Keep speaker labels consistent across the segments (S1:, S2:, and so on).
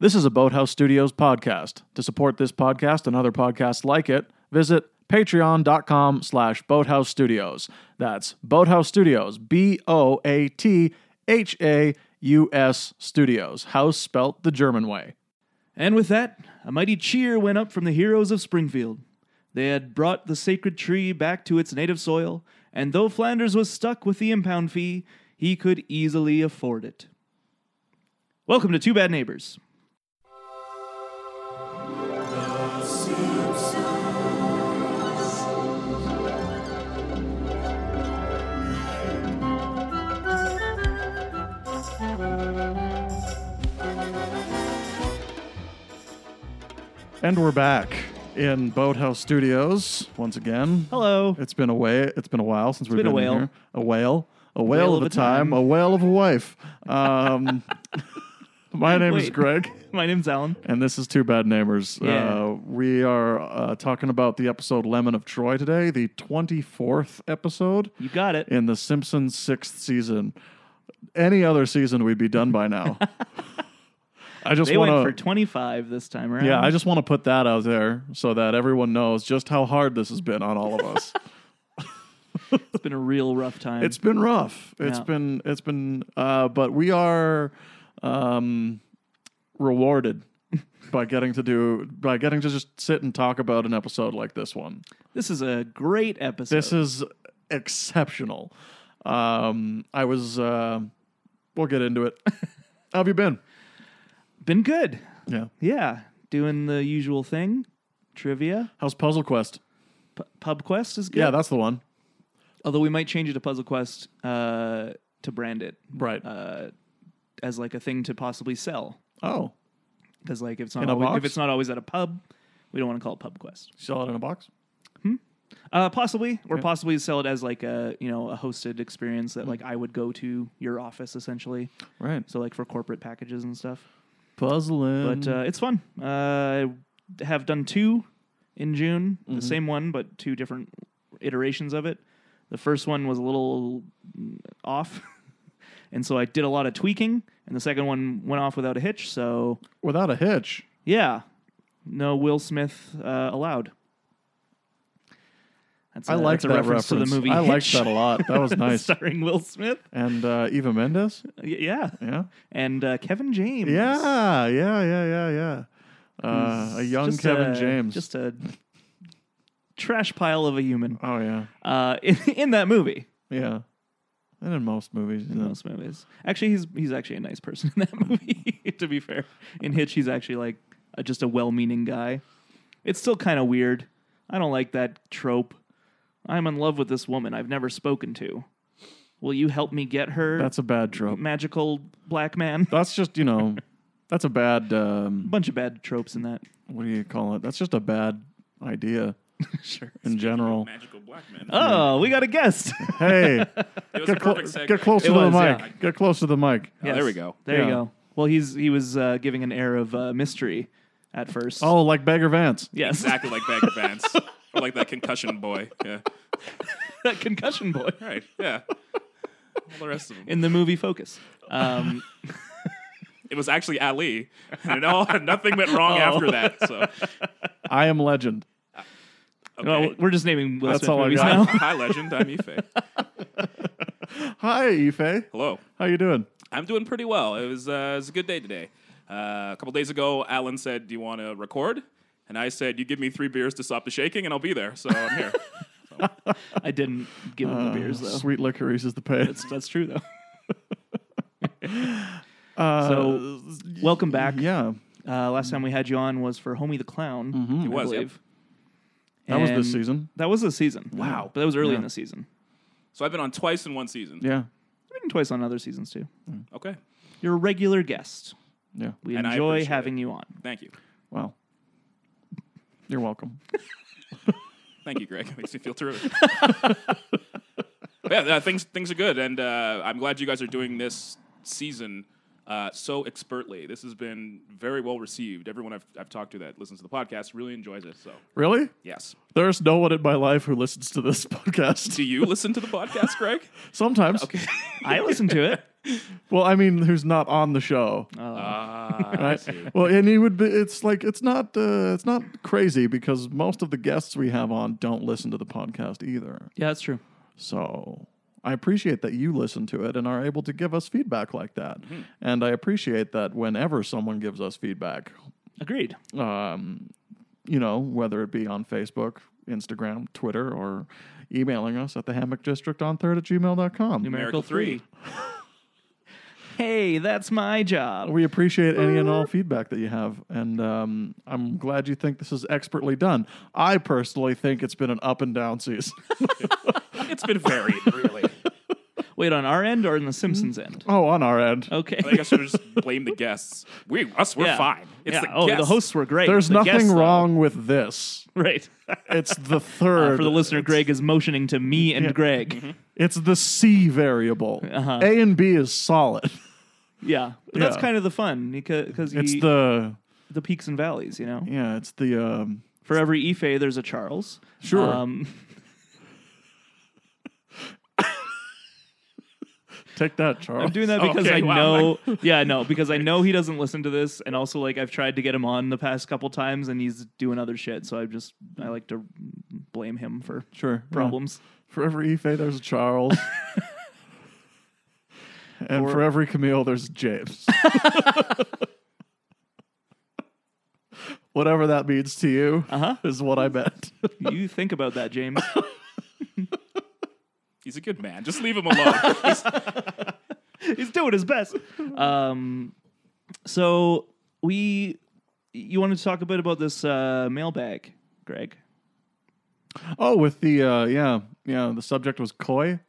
S1: This is a Boathouse Studios podcast. To support this podcast and other podcasts like it, visit patreon.com slash boathouse studios. That's boathouse studios, B O A T H A U S studios, house spelt the German way.
S2: And with that, a mighty cheer went up from the heroes of Springfield. They had brought the sacred tree back to its native soil, and though Flanders was stuck with the impound fee, he could easily afford it. Welcome to Two Bad Neighbors.
S1: And we're back in Boathouse Studios once again.
S2: Hello.
S1: It's been a way. It's been a while since we've
S2: been a
S1: in
S2: whale.
S1: here. A whale. A whale, of a time. A whale of a wife. Um, my name is
S2: Wait.
S1: Greg,
S2: My name's Alan.
S1: and this is Two Bad Neighbors.
S2: Yeah.
S1: Uh, we are uh, talking about the episode "Lemon of Troy" today, the twenty-fourth episode
S2: You got it.
S1: in the Simpsons sixth season. Any other season, we'd be done by now. I just
S2: They
S1: want
S2: went for 25 this time around.
S1: yeah, I just want to put that out there so that everyone knows just how hard this has been on all of us.
S2: It's been a real rough time.
S1: it's been rough. It's
S2: Yeah.
S1: been it's been uh but we are um rewarded by getting to do by getting to just sit and talk about an episode like this one.
S2: this is a great episode.
S1: This is exceptional. Um I was uh we'll get into it. how have you been?
S2: been good.
S1: Yeah.
S2: Yeah, doing the usual thing, trivia.
S1: How's Puzzle Quest?
S2: P- Pub Quest is good.
S1: Yeah, that's the one.
S2: Although we might change it to Puzzle Quest uh, to brand it
S1: Right.
S2: uh, as like a thing to possibly sell.
S1: oh.
S2: Because like if it's not
S1: In a
S2: always, if
S1: box?
S2: it's not always at a pub, we don't want to call it Pub Quest.
S1: Sell it in a box?
S2: Uh, possibly, or possibly sell it as like a you know a hosted experience
S1: Hmm.
S2: that like I would go to your office essentially.
S1: Right.
S2: So like for corporate packages and stuff.
S1: Puzzling.
S2: But uh, it's fun. Uh, I have done two in June,
S1: Mm-hmm.
S2: the same one, but two different iterations of it. The first one was a little mm, off, and so I did a lot of tweaking, and the second one went off without a hitch. So,
S1: without a hitch.
S2: yeah, no Will Smith uh, allowed. That's
S1: I
S2: a-
S1: like
S2: uh, that's a
S1: that
S2: reference, to the movie.
S1: I liked
S2: Hitch,
S1: that a lot. That was nice.
S2: starring Will Smith.
S1: and uh, Eva Mendes.
S2: Y- yeah,
S1: Yeah.
S2: and uh, Kevin James.
S1: Yeah. Yeah. Yeah. Yeah. Yeah. Uh, a young
S2: Just
S1: Kevin
S2: a-
S1: James.
S2: Just a trash pile of a human
S1: oh yeah.
S2: uh, in, in that movie.
S1: Yeah. And in most movies,
S2: In
S1: yeah.
S2: most movies, actually, he's he's actually a nice person in that movie. to be fair, in Hitch, he's actually like a, just a well-meaning guy. It's still kind of weird. I don't like that trope. I'm in love with this woman I've never spoken to. Will you help me get her?
S1: that's a bad trope.
S2: magical black man.
S1: That's just you know, that's a bad. Um,
S2: Bunch of bad tropes in that.
S1: what do you call it? That's just a bad idea
S2: sure.
S1: in general.
S3: Magical black man.
S2: Oh, we got a guest.
S1: Hey,
S3: it was a
S1: get, clo-
S3: perfect segue.
S1: get close to
S2: It was,
S1: the
S2: yeah.
S1: mic. Get close to the mic.
S3: Oh, there we go.
S2: There you
S1: Yeah.
S2: go. Well, he's he was uh, giving an air of uh, mystery at first.
S1: Oh, like Beggar Vance.
S2: yes,
S3: Exactly like Bagger Vance. or like that concussion boy. Yeah.
S2: that concussion boy
S3: Right. Yeah. All the rest of them.
S2: in the movie Focus. Um,
S3: It was actually Ali. And it all, nothing went wrong after that. So,
S1: I am Legend.
S3: okay.
S2: well, we're just naming Will
S1: That's
S2: Smith
S1: all I
S2: movies
S1: got.
S2: now.
S3: Hi, legend. I'm Ife.
S1: Hi, Ife.
S3: Hello.
S1: How you doing?
S3: I'm doing pretty well. It was, uh, it was a good day today. Uh, a couple days ago, Alan said, Do you want to record? And I said, You give me three beers to stop the shaking, and I'll be there. So I'm here.
S2: I didn't give him the beers
S1: Uh,
S2: though.
S1: Sweet licorice is the pay.
S2: That's, that's true though.
S1: Uh,
S2: So, welcome back.
S1: Yeah,
S2: Uh, last time we had you on was for Homie the Clown.
S3: it
S2: I
S3: was. Yep.
S2: believe.
S1: Mm-hmm. that was
S2: And
S1: this season.
S2: That was this season.
S1: Wow.
S2: but that was early
S1: Yeah.
S2: in the season.
S3: So I've been on twice in one season.
S1: Yeah,
S2: We've been twice on other seasons too.
S3: Okay.
S2: You're a regular guest.
S1: yeah.
S2: We
S3: And I
S2: enjoy
S3: appreciate
S2: having you on.
S3: Thank you.
S1: Wow. You're welcome.
S3: Thank you, Greg. It makes me feel terrific. But yeah, uh, things things are good, and uh, I'm glad you guys are doing this season uh, so expertly. This has been very well received. Everyone I've, I've talked to that listens to the podcast really enjoys it. So,
S1: Really?
S3: yes.
S1: There's no one in my life who listens to this podcast.
S3: Do you listen to the podcast, Greg?
S1: Sometimes.
S3: Okay.
S2: I listen to it.
S1: Well, I mean, who's not on the show,
S3: Ah, I
S1: right?
S3: see.
S1: Well, and he would be. It's like it's not. Uh, it's not crazy because most of the guests we have on don't listen to the podcast either.
S2: Yeah, that's true.
S1: So I appreciate that you listen to it and are able to give us feedback like that.
S3: Mm-hmm.
S1: And I appreciate that whenever someone gives us feedback,
S2: Agreed.
S1: um, you know, whether it be on Facebook, Instagram, Twitter, or emailing us at the hammock district on third at gmail.com.
S3: Numerical three.
S2: hey, that's my job.
S1: We appreciate any and all feedback that you have, and um, I'm glad you think this is expertly done. I personally think it's been an up and down season.
S3: It's been varied, really.
S2: Wait, on our end or on the Simpsons end?
S1: oh, on our end.
S2: Okay.
S3: I think I should have just blamed the guests. We us, we're
S2: Yeah.
S3: fine. It's
S2: yeah.
S3: the
S2: oh, the
S3: guests.
S2: hosts were great.
S1: There's
S2: The
S1: nothing
S2: guests, though-
S1: wrong with this.
S2: Right.
S1: It's the third.
S2: For the listener, Greg is motioning to me and
S1: Yeah.
S2: Greg.
S3: Mm-hmm.
S1: It's the C variable.
S2: Uh-huh.
S1: A and B is solid.
S2: Yeah, but that's
S1: Yeah.
S2: kind of the fun because
S1: It's
S2: the
S1: the
S2: the peaks and valleys. You know,
S1: yeah. It's the um,
S2: for every Ife, there's a Charles.
S1: Sure.
S2: Um,
S1: take that, Charles.
S2: I'm doing that because
S3: Okay,
S2: I
S3: wow,
S2: know. yeah, no, because I know he doesn't listen to this, and also like I've tried to get him on the past couple times, and he's doing other shit. So I just I like to blame him for
S1: sure yeah.
S2: problems.
S1: For every Ife, there's a Charles. and for every Camille, there's James. Whatever that means to you
S2: Uh-huh.
S1: is what I meant.
S2: you think about that, James.
S3: He's a good man. Just leave him alone. He's-
S2: he's doing his best. Um, so we, you want to talk a bit about this uh, mailbag, Greg?
S1: oh, with the uh, yeah yeah, the subject was coy,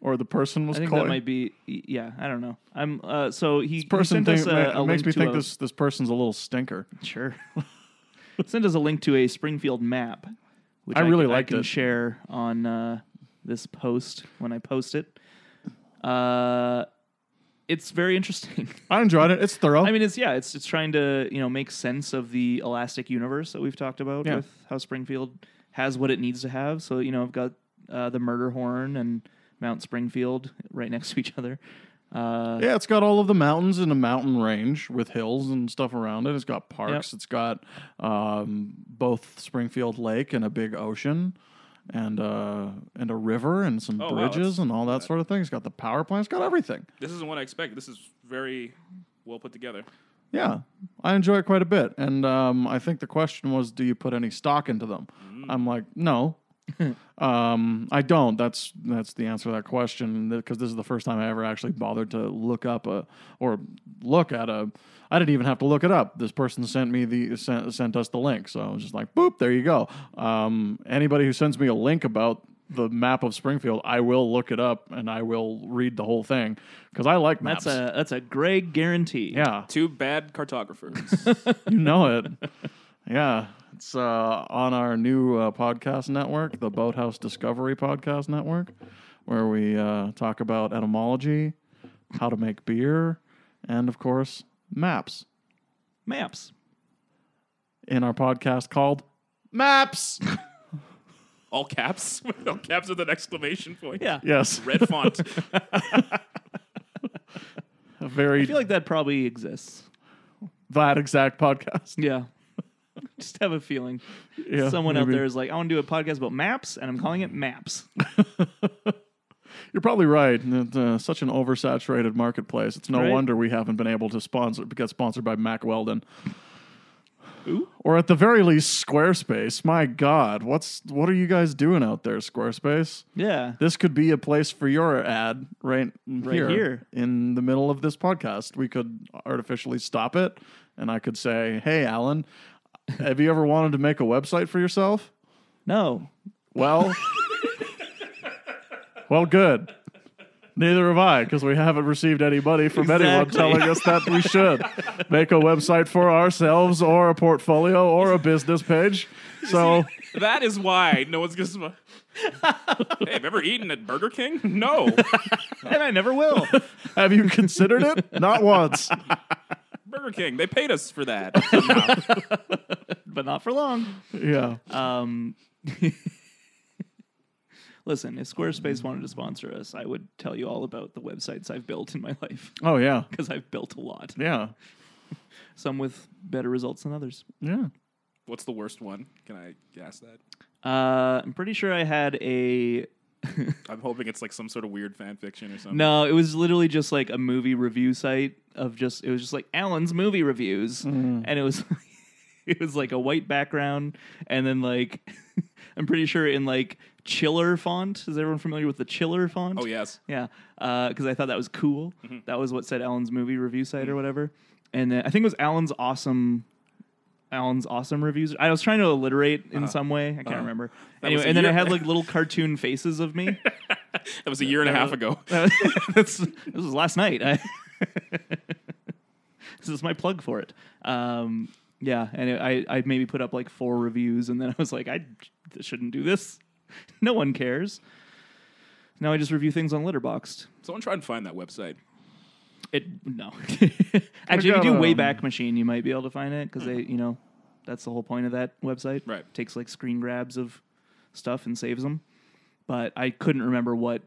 S1: or the person was
S2: I think
S1: coy.
S2: that might be. y- Yeah, I don't know. I'm. Uh, so he, he
S1: person
S2: sent
S1: thing
S2: us a,
S1: ma-
S2: a
S1: makes
S2: link
S1: me
S2: to
S1: think
S2: a,
S1: this this person's a little stinker.
S2: Sure. sent us a link to a Springfield map, which
S1: I really
S2: can,
S1: liked
S2: I can
S1: it.
S2: share on uh, this post when I post it. Uh, it's very interesting.
S1: I enjoyed it. It's thorough.
S2: I mean, it's yeah, it's it's trying to you know make sense of the elastic universe that we've talked about
S1: Yeah.
S2: with how Springfield has what it needs to have. So you know, I've got uh, the murder horn and Mount Springfield right next to each other. Uh,
S1: yeah, it's got all of the mountains in a mountain range with hills and stuff around it. It's got parks. It's got um, both Springfield Lake and a big ocean, and uh, and a river and some
S3: Oh, wow,
S1: bridges
S3: that's-
S1: and all that sort of thing. It's got the power plant. It's got everything.
S3: this isn't what I expected. This is very well put together.
S1: Yeah, I enjoy it quite a bit. And um, I think the question was, do you put any stock into them?
S2: Mm.
S1: I'm like, no. um, I don't. That's that's the answer to that question because this is the first time I ever actually bothered to look up a or look at a. I didn't even have to look it up. This person sent me the sent, sent us the link, so I was just like, boop, there you go. Um, anybody who sends me a link about the map of Springfield, I will look it up and I will read the whole thing because I like maps.
S2: that's a that's a Greg guarantee.
S1: yeah.
S3: Two bad cartographers.
S1: You know it. yeah. It's uh, on our new uh, podcast network, the Boathouse Discovery Podcast Network, where we uh, talk about etymology, how to make beer, and of course, maps
S2: maps.
S1: in our podcast called Maps.
S3: all caps. with all caps with an exclamation point.
S2: Yeah,
S1: yes.
S3: Red font.
S1: A very
S2: I feel like that probably exists.
S1: that exact podcast.
S2: Yeah, just have a feeling.
S1: Yeah,
S2: Someone out
S1: maybe.
S2: there is like, I want to do a podcast about maps, and I'm calling it Maps.
S1: You're probably right. It's, uh, such an oversaturated marketplace. It's no
S2: Right.
S1: wonder we haven't been able to sponsor get sponsored by Mac Weldon.
S2: Ooh.
S1: Or at the very least, Squarespace. My God, what's what are you guys doing out there, Squarespace?
S2: Yeah,
S1: This could be a place for your ad right, here,
S2: here.
S1: in the middle of this podcast. We could artificially stop it, and I could say, "Hey, Alan, have you ever wanted to make a website for yourself?"
S2: no,
S1: Well, well, good. Neither have I, because we haven't received any money from anyone
S2: Exactly.
S1: telling us that we should make a website for ourselves or a portfolio or a business page. So
S3: That is why no one's gonna. hey, have you ever eaten at Burger King? No.
S2: and I never will.
S1: have you considered it? Not once.
S3: Burger King. They paid us for that.
S2: but not for long.
S1: Yeah.
S2: Um, listen, if Squarespace wanted to sponsor us, I would tell you all about the websites I've built in my life
S1: Oh, yeah.
S2: because I've built a lot,
S1: Yeah.
S2: some with better results than others.
S1: Yeah.
S3: What's the worst one? Can I ask that?
S2: Uh, I'm pretty sure I had a.
S3: I'm hoping it's like some sort of weird fan fiction or something.
S2: No, it was literally just like a movie review site of just it was just like Alan's movie reviews, and it was it was like a white background, and then like I'm pretty sure in like chiller font. Is everyone familiar with the chiller font?
S3: Oh Mm-hmm. yes.
S2: Yeah, because I thought that was cool. That was what said Alan's movie review site
S3: Mm-hmm.
S2: or whatever. And then I think it was Alan's awesome, Alan's awesome reviews. I was trying to alliterate in some way. I can't remember.
S3: Uh-huh. was
S2: Anyway,
S3: a
S2: and then I
S3: year-
S2: had like little cartoon faces of me.
S3: That was a year and a half ago.
S2: That's, this was last night. I, this is my plug for it. Um, yeah, and it, I I maybe put up like four reviews, and then I was like, I shouldn't do this. No one cares. Now I just review things on Letterboxd.
S3: Someone try and find that website.
S2: It no. Actually, if you
S1: got,
S2: do
S1: um, Mm-hmm.
S2: Wayback Machine, you might be able to find it because they, you know, that's the whole point of that website.
S3: Right.
S2: Takes like screen grabs of stuff and saves them. But I couldn't remember what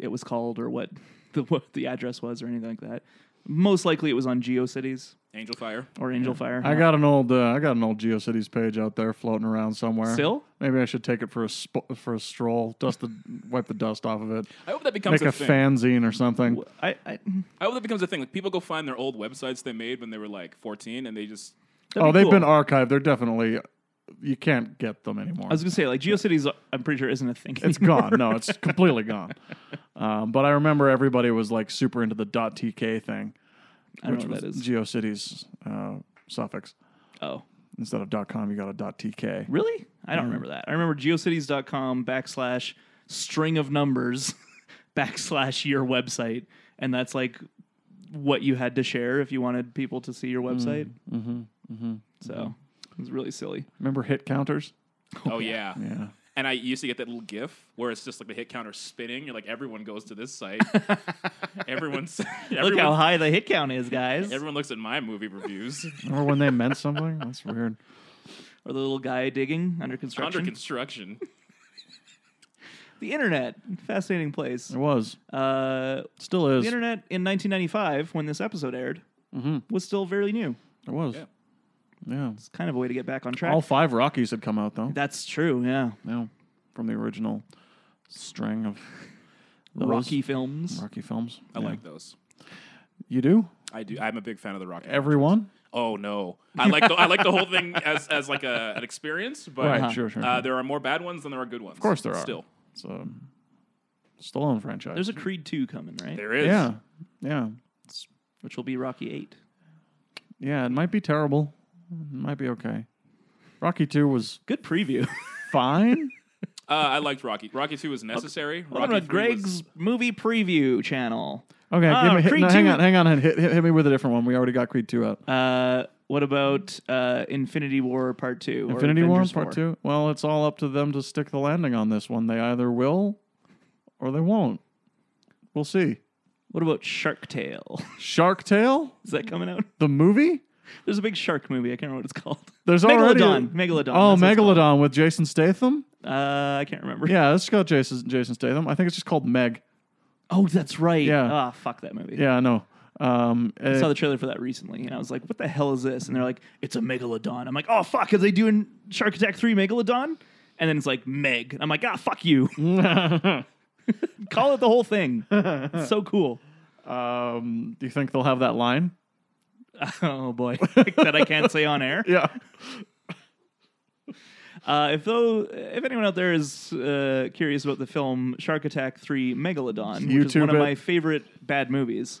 S2: it was called or what the what the address was or anything like that. Most likely, it was on GeoCities
S3: Angel Fire.
S2: or Angel Fire.
S1: I got an old uh, I got an old GeoCities page out there floating around somewhere.
S2: Still?
S1: Maybe I should take it for a sp- for a stroll, dust the wipe the dust off of it.
S3: I hope that becomes
S1: Make a
S3: a thing.
S1: fanzine or something.
S2: I, I,
S1: Oh,
S3: I hope that becomes a thing. Like people go find their old websites they made when they were like 14, and they just
S1: Oh, they've been archived. They're definitely you can't get them anymore.
S2: I was gonna say like GeoCities. I'm pretty sure isn't a thing.
S1: It's gone. No, it's completely gone. Um, but I remember everybody was like super into the .tk thing,
S2: I don't
S1: which
S2: know what
S1: was
S2: that is.
S1: GeoCities uh, suffix
S2: oh,
S1: instead of .com. You got a .tk.
S2: Really? I don't remember that. I remember geocities.com backslash string of numbers backslash your website. And that's like what you had to share if you wanted people to see your website. Mm-hmm. so it was really silly.
S1: Remember hit counters?
S3: oh yeah.
S1: Yeah.
S3: And I used to get that little GIF where it's just like the hit counter spinning. You're like everyone goes to this site. Everyone's everyone,
S2: Look how high the hit count is, guys.
S3: everyone looks at my movie reviews
S1: Remember when they meant something? That's weird.
S2: or the little guy digging under construction.
S3: under construction.
S2: the internet, fascinating place.
S1: It was,
S2: Uh,
S1: still is.
S2: the internet in 1995, when this episode aired, was still very new.
S1: It was.
S3: Yeah.
S1: Yeah.
S2: It's kind of a way to get back on track.
S1: All five Rockies had come out though.
S2: that's true, yeah.
S1: yeah. From the original string of those
S2: Rocky films.
S1: Rocky films.
S3: I like those.
S1: You do?
S3: I do. I'm a big fan of the Rocky.
S1: Everyone?
S3: Oh no, I like the, I like the whole thing as, as like a, an experience, but
S1: Right, sure, sure.
S3: Uh, there are more bad ones than there are good ones. Of
S1: course there are.
S3: Still,
S1: so Stallone franchise.
S2: There's a Creed 2 coming, right?
S3: Mm-hmm. there is.
S1: yeah. Yeah.
S2: Which will be Rocky 8.
S1: Yeah, it might be terrible. It might be okay. Rocky 2 was
S2: Good preview.
S1: fine.
S3: Uh, I liked Rocky. Rocky Two was necessary.
S2: Welcome
S3: Rocky
S2: to
S3: 3 was-
S2: Greg's movie preview channel.
S1: Okay,
S2: Ah,
S1: give me, hit,
S2: Creed
S1: no, hang
S2: 2.
S1: on, hang on, hit, hit, hit me with a different one. We already got Creed 2 out.
S2: Uh, what about uh, Infinity War Part 2?
S1: Infinity War Part 2? Well, it's all up to them to stick the landing on this one. They either will or they won't. We'll see.
S2: What about Shark Tale?
S1: Shark Tale?
S2: Is that coming out?
S1: The movie?
S2: There's a big shark movie. I can't remember what it's called.
S1: There's already
S2: Megalodon. Megalodon.
S1: Oh,
S2: that's what it's called.
S1: Megalodon with Jason Statham?
S2: Uh, I can't remember.
S1: Yeah, it's got Jason Jason Statham. I think it's just called Meg.
S2: Oh, that's right.
S1: Yeah.
S2: Ah, fuck that movie.
S1: Yeah, I know. Um,
S2: I
S1: it-
S2: saw the trailer for that recently, and I was like, "What the hell is this?" And they're like, "It's a megalodon." I'm like, "Oh fuck, are they doing Shark Attack Three Megalodon?" And then it's like Meg. I'm like, "Ah, fuck you." Call it the whole thing. It's so cool.
S1: um, do you think they'll have that line?
S2: Oh boy, that I can't say on air.
S1: Yeah.
S2: Uh, if though, if anyone out there is uh, curious about the film Shark Attack Three Megalodon, which is
S1: YouTube
S2: one of
S1: it.
S2: my favorite bad movies,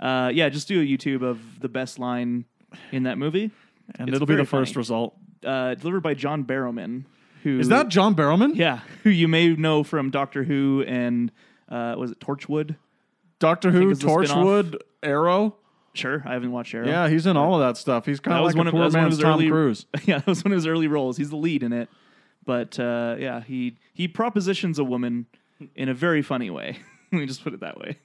S2: uh, yeah, just do a YouTube of the best line in that movie.
S1: And
S2: It's
S1: it'll be
S2: very
S1: the first
S2: funny.
S1: result.
S2: uh, delivered by John Barrowman. Who
S1: Is that John Barrowman?
S2: yeah? Who you may know from Doctor Who and uh, was it Torchwood?
S1: Doctor Who,
S2: it's the spin-off.
S1: Torchwood, Arrow.
S2: Sure, I haven't watched Arrow.
S1: Yeah, he's in all of that stuff. He's kind
S2: that
S1: of
S2: was
S1: like
S2: one
S1: a
S2: of,
S1: poor
S2: that was one of
S1: man's
S2: his
S1: Tom
S2: early,
S1: Cruise.
S2: Yeah, that was one of his early roles. He's the lead in it, but uh, yeah, he he propositions a woman in a very funny way. Let me just put it that way.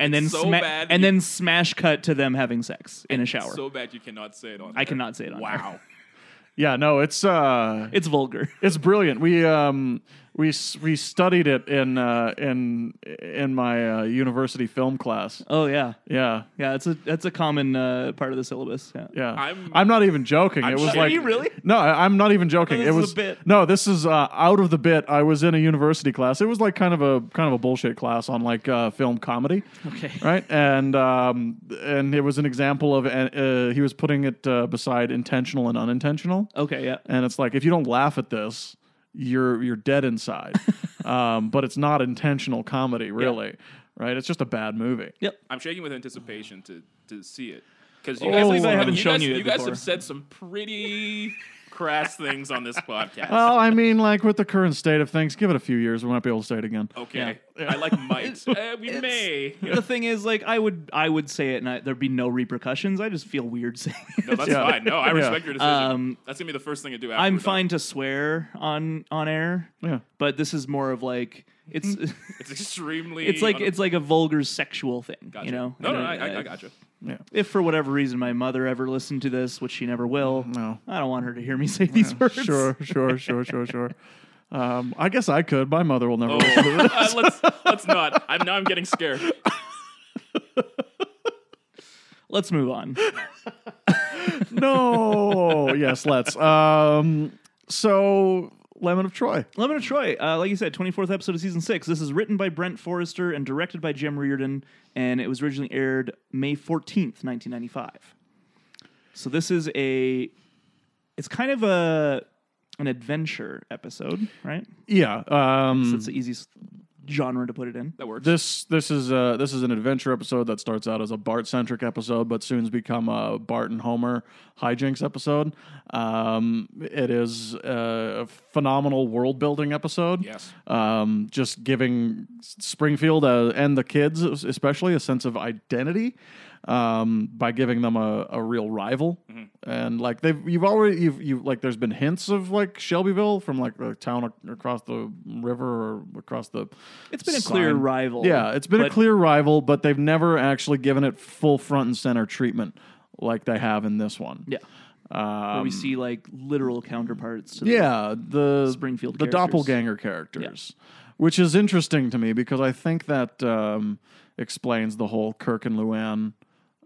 S2: And then
S3: so
S2: sma-
S3: bad
S2: and
S3: you-
S2: then smash cut to them having sex in a shower.
S3: So bad you cannot say it on.
S2: I
S3: there.
S2: cannot say it on air.
S3: Wow.
S1: Yeah, no, it's uh,
S2: It's vulgar.
S1: it's brilliant. We um we s- we studied it in uh, in in my uh, university film class.
S2: Oh yeah.
S1: Yeah,
S2: Yeah, that's a that's a common uh, part of the syllabus. Yeah.
S1: yeah. I'm
S3: I'm-
S1: not even joking. it was
S3: kidding.
S1: like
S2: Are you really?
S1: No, I, I'm not even joking.
S2: this
S1: it
S2: is a
S1: was
S2: bit.
S1: no. This is uh, out of the bit. I was in a university class. It was like kind of a kind of a bullshit class on like uh, film comedy.
S2: Okay.
S1: Right, and um, and it was an example of uh, he was putting it uh, beside intentional and unintentional,
S2: Okay. Yeah.
S1: and it's like if you don't laugh at this, you're you're dead inside. um, but it's not intentional comedy, really. Right, it's just a bad movie.
S2: Yep.
S3: I'm shaking with anticipation to to see it because you
S1: Oh,
S3: guys,
S1: I believe I haven't
S3: you
S2: shown
S3: guys,
S2: you it
S3: guys
S2: before.
S3: have said some pretty crass things on this podcast.
S2: Uh,
S1: Well, I mean, like with the current state of things, give it a few years, we might be able to say it again.
S2: Oh.
S3: okay, I like might. Uh, we may.
S2: The thing is, like, I would I would say it, and I, there'd be no repercussions. I just feel weird saying. it.
S3: No, that's
S1: Yeah.
S3: fine. No, I respect your decision.
S2: Um,
S3: that's gonna be the first thing I do. After
S2: I'm
S3: we're done.
S2: fine to swear on on air,
S1: Yeah.
S2: but this is more of like it's
S3: It's extremely.
S2: it's like
S3: un-
S2: it's like a vulgar sexual thing.
S3: Gotcha.
S2: You know?
S3: No, no,
S2: And
S3: I, I, I gotcha.
S1: Yeah.
S2: If for whatever reason my mother ever listened to this, which she never will,
S1: No.
S2: I don't want her to hear me say these words.
S1: Sure, sure, sure, sure, sure. Um, I guess I could. My mother will never.
S3: Oh,
S1: listen.
S3: uh, let's let's not. I'm now. I'm getting scared.
S2: Let's move on.
S1: No. yes, let's. Um, so, Lemon of Troy.
S2: Lemon of Troy, uh, like you said, 24th episode of season six. This is written by Brent Forrester and directed by Jim Reardon, and it was originally aired May 14th, 1995. So this is a, it's kind of a, an adventure episode, right?
S1: Yeah. Um,
S2: That's the easiest genre to put it in.
S3: That works.
S1: this this is uh, this is an adventure episode that starts out as a Bart centric episode, but soon's become a Bart and Homer hijinks episode. Um, it is a phenomenal world building episode.
S3: Yes.
S1: um, just giving S- Springfield uh, and the kids, especially, a sense of identity um, by giving them a, a real rival. And like they've, you've already, you've, you like, there's been hints of like Shelbyville from like the town ac- across the river or across the.
S2: It's been a clear
S1: sign.
S2: rival.
S1: Yeah, it's been a
S2: but-
S1: clear rival, but they've never actually given it full front and center treatment like they have in this one.
S2: Yeah. Where we see like literal counterparts. To the-
S1: Yeah, the
S2: Springfield
S1: the
S2: characters.
S1: doppelganger characters, which is interesting to me because I think that um, explains the whole Kirk and Luann,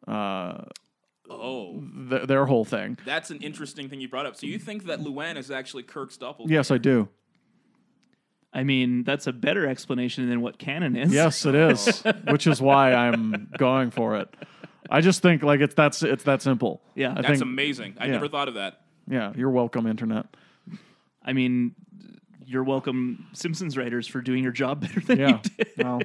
S1: uh,
S3: Oh,
S1: th- their whole thing.
S3: that's an interesting thing you brought up. So you think that Luann is actually Kirk's doppelganger?
S1: Yes, I do.
S2: I mean, that's a better explanation than what canon is.
S1: Yes, it is, which is why I'm going for it. I just think like it's that's it's that simple.
S2: Yeah.
S1: I
S2: That's
S3: That's
S1: think.
S3: amazing. I
S1: yeah.
S3: never thought of that.
S1: yeah, you're welcome, internet.
S2: I mean, you're welcome, Simpsons writers, for doing your job better than
S1: Yeah,
S2: you did.
S1: well,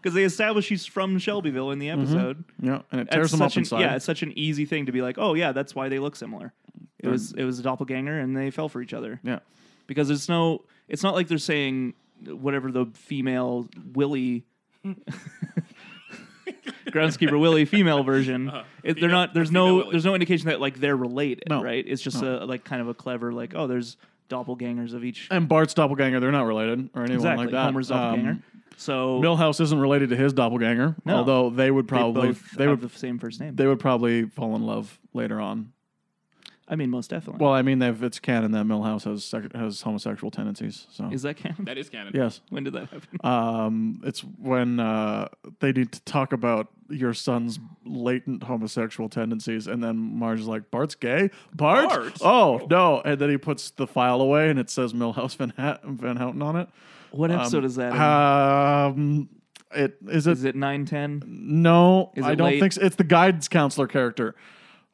S2: Because they establish he's from Shelbyville in the episode.
S1: yeah, and it
S2: That's
S1: tears Mm-hmm. them
S2: such
S1: up
S2: an-
S1: inside.
S2: Yeah, it's such an easy thing to be like, oh yeah, that's why they look similar. It was it was a doppelganger, and they fell for each other.
S1: yeah,
S2: Because there's no, it's not like they're saying whatever the female Willie. Groundskeeper Willie,
S1: Uh-huh.
S2: female version. It- they're
S3: female-
S2: not. There's
S3: female
S2: no.
S3: Willie.
S2: There's no indication that like they're related,
S1: No.
S2: right? It's just a like kind of a clever like. Oh, there's doppelgangers of each
S1: and Bart's doppelganger, they're not related or anyone
S2: exactly
S1: like that.
S2: Homer's
S1: Um,
S2: doppelganger. so
S1: Millhouse isn't related to his doppelganger,
S2: No.
S1: although they would
S2: they
S1: probably
S2: both
S1: they,
S2: have
S1: would
S2: the same first name.
S1: they would probably fall in love later on.
S2: I mean, most definitely.
S1: Well, I mean, they've, it's canon that Millhouse has sec- has homosexual tendencies. So
S2: is that canon?
S3: That is canon.
S1: yes,
S2: when did that happen?
S1: um, it's when uh, they need to talk about your son's latent homosexual tendencies, and then Marge is like, "Bart's gay, Bart?
S3: Bart?
S1: Oh no!" And then he puts the file away, and it says Millhouse Van, ha- Van Houten on it.
S2: What episode is that? in?
S1: Um, it is it
S2: uh, is it nine ten?
S1: No,
S2: Is
S1: I
S2: it
S1: don't
S2: late?
S1: think so. It's the guidance counselor character.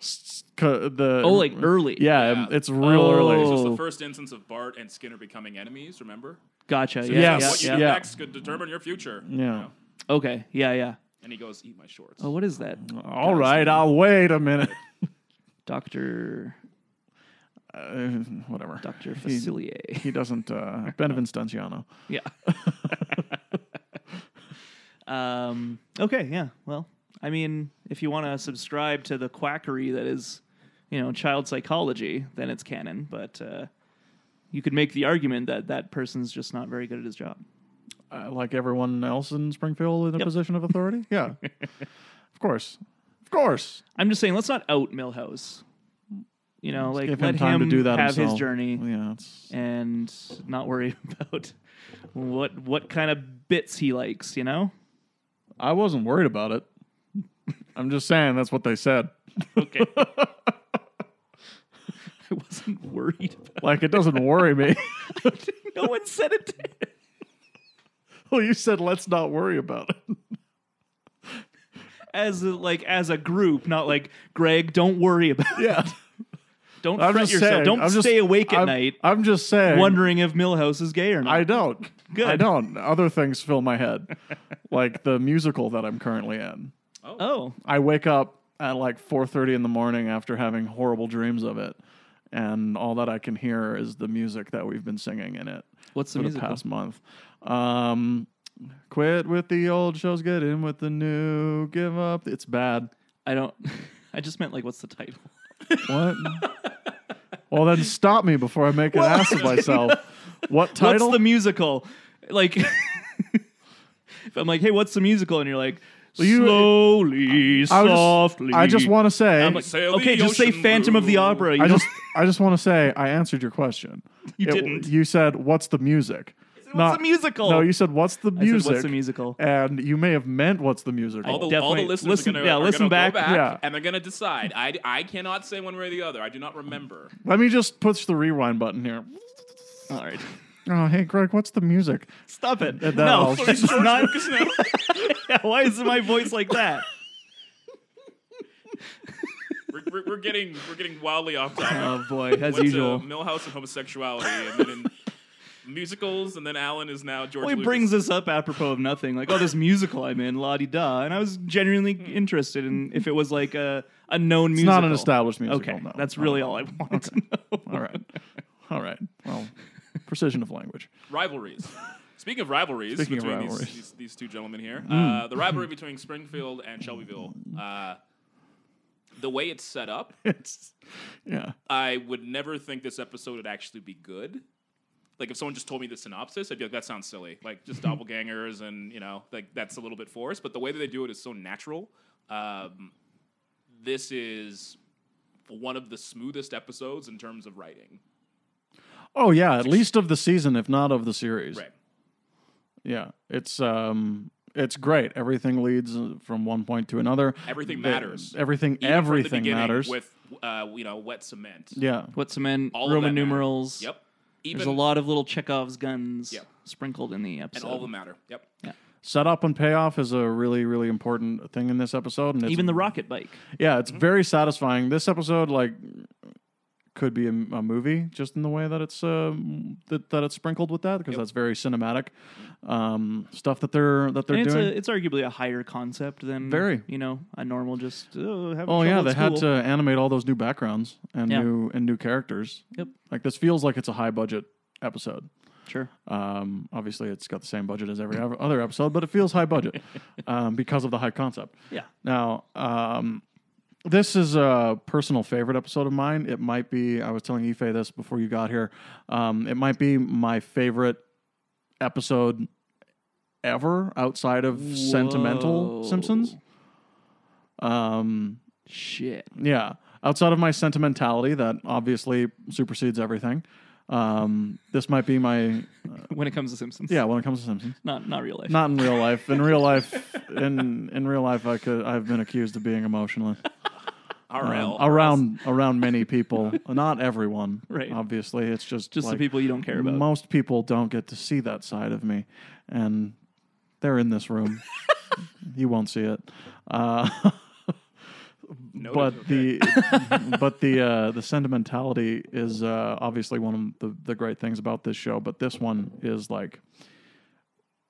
S1: S- c- The
S2: Oh, like early.
S1: Yeah, um,
S3: Yeah.
S1: it's real early.
S3: This was
S2: Oh.
S3: the first instance of Bart and Skinner becoming enemies. Remember?
S2: Gotcha.
S3: So
S2: yeah,
S1: Yes,
S3: What you
S2: yeah,
S3: do
S2: yeah.
S1: yeah.
S3: next could determine your future. you
S1: Yeah.
S3: know?
S2: Okay. Yeah. Yeah.
S3: And he goes, "Eat my shorts."
S2: Oh, what is that?
S1: All right, I'll wait a minute.
S2: Doctor
S1: Uh, whatever.
S2: Doctor
S1: He-
S2: Facilier.
S1: He doesn't. Uh, ben Vinciano.
S2: yeah. Um, okay, yeah. Well, I mean, if you want to subscribe to the quackery that is, you know, child psychology, then it's canon. But uh, you could make the argument that that person's just not very good at his job.
S1: Uh, like everyone else in Springfield in a
S2: Yep.
S1: position of authority? Yeah. of course. Of course.
S2: I'm just saying, let's not out Millhouse. You know, like
S1: Give him
S2: let
S1: time to do that
S2: have
S1: himself.
S2: his journey
S1: Yeah, it's
S2: and not worry about what what kind of bits he likes. You know.
S1: I wasn't worried about it. I'm just saying that's what they said.
S2: Okay. I wasn't worried. About
S1: Like it doesn't worry me.
S2: it. No one said it. did.
S1: well, you said let's not worry about it.
S2: As a, like as a group, not like Greg. Don't worry about. It.
S1: Yeah.
S2: Don't
S1: I'm
S2: fret
S1: just
S2: yourself.
S1: saying.
S2: don't
S1: I'm just-
S2: stay awake at
S1: I'm-
S2: night
S1: I'm just saying.
S2: wondering if Millhouse is gay or not.
S1: I don't.
S2: Good.
S1: I don't. Other things fill my head, like the musical that I'm currently in.
S2: oh,
S1: I wake up at like 4:30 in the morning after having horrible dreams of it, and all that I can hear is the music that we've been singing in it
S2: what's the
S1: for the
S2: musical?
S1: past month. Um, quit with the old shows, get in with the new. Give up. It's bad.
S2: I don't. I just meant like, what's the title?
S1: What? well, then stop me before I make an ass of myself. What title?
S2: What's the musical? Like, if I'm like, hey, what's the musical? And you're like,
S1: you- uh,
S2: slowly,
S1: I was just-
S2: softly.
S1: I just want to say.
S2: I'm like,
S3: Sail the
S2: okay, just say
S3: ocean
S2: Phantom of the
S3: blue.
S2: Opera. You
S1: I
S2: don't-
S1: just, I just want to say, I answered your question.
S2: You
S1: It-
S2: didn't.
S1: You said, "What's the music?"
S2: what's the musical?
S1: No, you said, "What's the
S2: I said,
S1: music?"
S2: what's the musical?
S1: And you may have meant, "What's the music?"
S3: All the, all
S2: Definitely.
S3: the listeners
S2: Listen-
S3: are gonna,
S2: yeah,
S3: are
S2: listen
S3: gonna
S2: back.
S3: go back
S1: Yeah.
S3: and they're gonna decide. I, I cannot say one way or the other. I do not remember.
S1: Let me just push the rewind button here.
S2: All right,
S1: Oh, hey, Greg, what's the music?
S2: stop it.
S1: And then
S2: No,
S1: I'll-
S2: this is
S3: George
S2: not.
S3: Lucas now.
S2: Why is my voice like that?
S3: we're, we're, we're getting we're getting wildly off topic.
S2: Oh boy, as
S3: Went
S2: usual.
S3: to Millhouse and homosexuality, and then in musicals, and then Alan is now George.
S2: Well, he
S3: Lucas.
S2: brings this up apropos of nothing. Like, oh, this musical I'm in, la di da, and I was genuinely interested in if it was like a, a known
S1: Hmm. It's
S2: musical.
S1: not an established musical.
S2: Okay,
S1: no.
S2: that's
S1: No.
S2: really all I wanted to know.
S1: All right, all right. Well, precision of language.
S3: rivalries. Speaking of rivalries
S1: Speaking of
S3: between
S1: rivalries. Mm.
S3: These, these, these two gentlemen here, uh, the rivalry between Springfield and Shelbyville, uh, the way it's set up,
S1: It's yeah.
S3: I would never think this episode would actually be good. Like if someone just told me the synopsis, I'd be like, that sounds silly. Like just doppelgangers and you know, like that's a little bit forced. But the way that they do it is so natural. Um, this is one of the smoothest episodes in terms of writing.
S1: Oh yeah, at least of the season, if not of the series.
S3: Right.
S1: Yeah, it's um, it's great. Everything leads uh, from one point to another.
S3: Everything
S1: The-
S3: matters.
S1: Everything.
S3: Even from the
S1: everything
S3: beginning
S1: matters.
S3: with uh, you know wet cement.
S1: yeah.
S2: What's in
S3: All of
S2: Roman
S3: that matters.
S2: numerals?
S3: Yep. Even
S2: There's a lot of little Chekhov's guns
S3: Yep.
S2: sprinkled in the episode.
S3: and all of them matter. Yep.
S1: Setup and payoff is a really, really important thing in this episode, and it's
S2: Even the rocket bike.
S1: Yeah,
S2: Mm-hmm.
S1: it's very satisfying. This episode, like, could be a, a movie just in the way that it's um, that, that it's sprinkled with that because that's very cinematic um, stuff that they're that they're
S2: And it's,
S1: doing.
S2: a, it's arguably a higher concept than
S1: Very.
S2: you know a normal just oh, having
S1: oh
S2: trouble
S1: yeah,
S2: at
S1: they had
S2: school."
S1: to animate all those new backgrounds and
S2: Yeah.
S1: new and new characters.
S2: Yep.
S1: Like this feels like it's a high budget episode.
S2: sure
S1: Um, obviously, it's got the same budget as every ev- other episode, but it feels high budget um, because of the high concept.
S2: yeah
S1: Now, um, this is a personal favorite episode of mine. It might be, I was telling Ife this before you got here. Um, it might be my favorite episode ever outside of Sentimental
S2: Whoa.
S1: Simpsons. Um,
S2: shit
S1: yeah. Outside of my sentimentality that obviously supersedes everything. Um, this might be my,
S2: when it comes to Simpsons
S1: yeah, when it comes to Simpsons.
S2: not not real life
S1: Not in real life. In real life, in in real life, I could I've been accused of being emotionless.
S3: RL.
S1: Um, around around many people, not everyone.
S2: Right.
S1: Obviously, it's just
S2: just
S1: like,
S2: the people you don't care about
S1: Most people don't get to see that side of me, and they're in this room. you won't see it, uh,
S3: Noted.
S1: but
S3: Okay.
S1: the but the uh, the sentimentality is uh, obviously one of the, the great things about this show. But this one is like.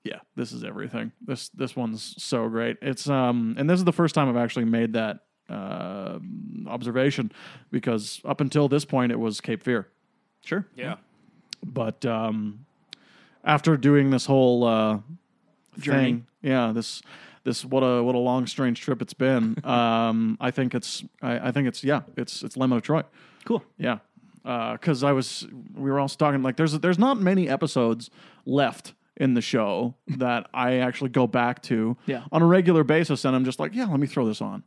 S1: Yeah, this is everything. This this one's so great. It's um, and this is the first time I've actually made that uh, observation because up until this point it was Cape Fear
S2: sure
S3: yeah.
S1: but um, after doing this whole uh,
S2: Journey.
S1: thing. Yeah, this this what a what a long strange trip it's been. um, I think it's I, I think it's yeah it's it's Lemo Troy.
S2: Cool.
S1: Yeah, because I was we were also talking like there's there's not many episodes left in the show that I actually go back to
S2: Yeah.
S1: on a regular basis, and I'm just like yeah let me throw this on.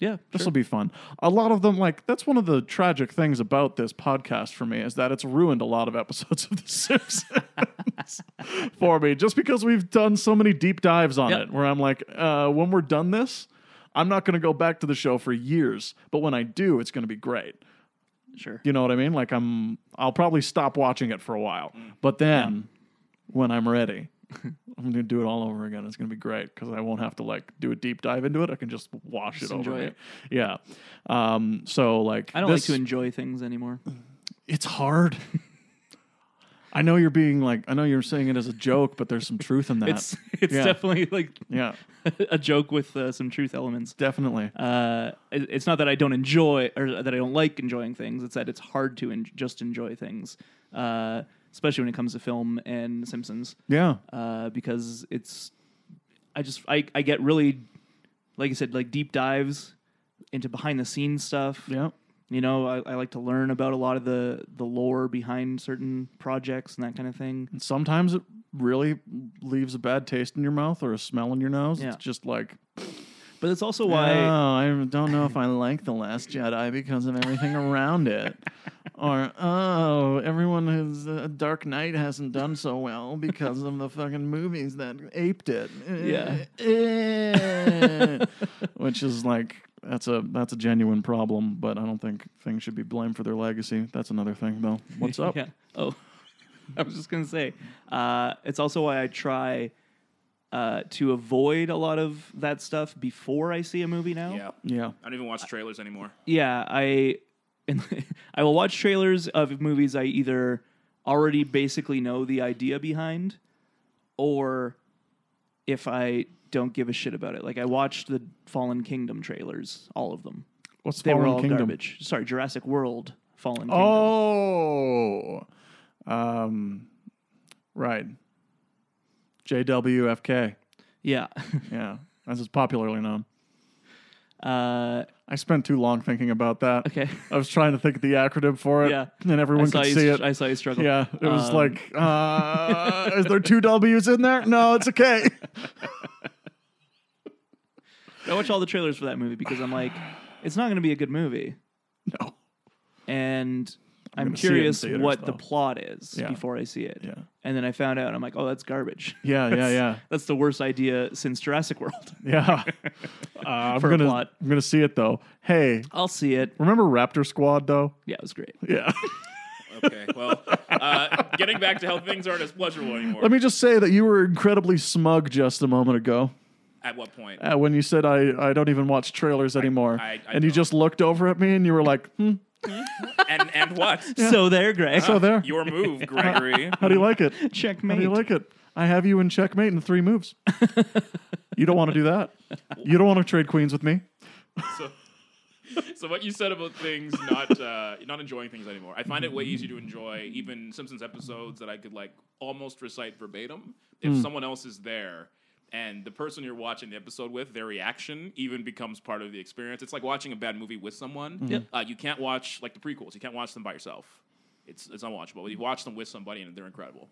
S2: Yeah.
S1: This will be fun. A lot of them, like that's one of the tragic things about this podcast for me is that it's ruined a lot of episodes of The Simpsons for me, just because we've done so many deep dives on
S2: Yep.
S1: it. Where I'm like, uh, when we're done this, I'm not going to go back to the show for years, but when I do, it's going to be great.
S2: Sure.
S1: You know what I mean? Like I'm, I'll probably stop watching it for a while,
S2: Mm.
S1: but then when I'm ready. I'm gonna do it all over again. It's gonna be great because I won't have to like do a deep dive into it. I can just wash it over
S2: enjoy
S1: me.
S2: it.
S1: Yeah. Um, so like,
S2: I don't
S1: this, Mm-hmm.
S2: like to enjoy things anymore.
S1: It's hard. I know you're being like, I know you're saying it as a joke, but there's some truth in that.
S2: It's it's
S1: yeah.
S2: definitely like
S1: yeah,
S2: a joke with uh, some truth elements.
S1: definitely.
S2: Uh, it- it's not that I don't enjoy or that I don't like enjoying things. It's that it's hard to en- just enjoy things, uh, especially when it comes to film and Simpsons,
S1: Yeah,
S2: uh, because it's I just I, I get really like I said like deep dives into behind the scenes stuff.
S1: yeah,
S2: You know, I, I like to learn about a lot of the the lore behind certain projects and that kind of thing.
S1: and sometimes it really leaves a bad taste in your mouth or a smell in your nose.
S2: Yeah.
S1: It's just like,
S2: But it's also
S1: oh,
S2: why.
S1: I don't know if I like the Last Jedi because of everything around it. Or oh, everyone who's uh, Dark Knight hasn't done so well because of the fucking movies that aped it. Yeah, which is like that's a that's a genuine problem, but I don't think things should be blamed for their legacy. That's another thing, though. What's up?
S2: Yeah. Oh, I was just gonna say. Uh, it's also why I try uh, to avoid a lot of that stuff before I see a movie now.
S3: Yeah.
S1: Oh, Yeah.
S3: I don't even watch trailers anymore.
S2: Yeah, I I will watch trailers of movies I either already basically know the idea behind, or if I don't give a shit about it. Like I watched the Fallen Kingdom trailers, all of them.
S1: What's
S2: They
S1: Fallen
S2: were all
S1: Kingdom?
S2: garbage. Sorry, Jurassic World, Fallen Kingdom.
S1: Oh, um, right. JWFK.
S2: yeah.
S1: Yeah, as it's popularly known.
S2: uh,
S1: I spent too long thinking about that.
S2: okay.
S1: I was trying to think of the acronym for it,
S2: Yeah.
S1: and
S2: I
S1: everyone
S2: saw,
S1: could
S2: you,
S1: see it.
S2: I saw you struggle.
S1: yeah, it was
S2: Um,
S1: like, uh, is there two W's in there? No, it's okay.
S2: I watch all the trailers for that movie because I'm like, it's not going to be a good movie,
S1: No.
S2: and I'm,
S1: gonna see it in
S2: curious
S1: theaters,
S2: what the
S1: though.
S2: plot is
S1: Yeah.
S2: before I see it.
S1: Yeah.
S2: And then I found out, I'm like, oh, that's garbage.
S1: Yeah, yeah, yeah,
S2: That's the worst idea since Jurassic World.
S1: yeah. Uh, I'm
S2: For a
S1: gonna,
S2: plot.
S1: I'm gonna see it though. Hey,
S2: I'll see it.
S1: remember Raptor Squad though?
S2: Yeah, it was great.
S1: Yeah.
S3: Okay. Well, uh, getting back to how things aren't as pleasurable anymore.
S1: Let me just say that you were incredibly smug just a moment ago
S3: At what point?
S1: uh, when you said I, I don't even watch trailers anymore,
S3: I- I
S1: and you
S3: don't.
S1: just looked over at me and you were like, hmm,
S3: and and what?
S2: So there, Greg.
S1: so there.
S3: Your move, Gregory.
S1: How do you like it? How
S2: checkmate.
S1: do you like it? I have you in checkmate in three moves. you don't want to do that. You don't want to trade queens with me.
S3: so, so what you said about things not uh, not enjoying things anymore. I find it way easier to enjoy even Simpsons episodes that I could like almost recite verbatim if someone else is there. And the person you're watching the episode with, their reaction even becomes part of the experience. It's like watching a bad movie with someone.
S2: Yep.
S3: Uh, you can't watch like the prequels. You can't watch them by yourself. It's it's unwatchable. But you watch them with somebody, and they're incredible.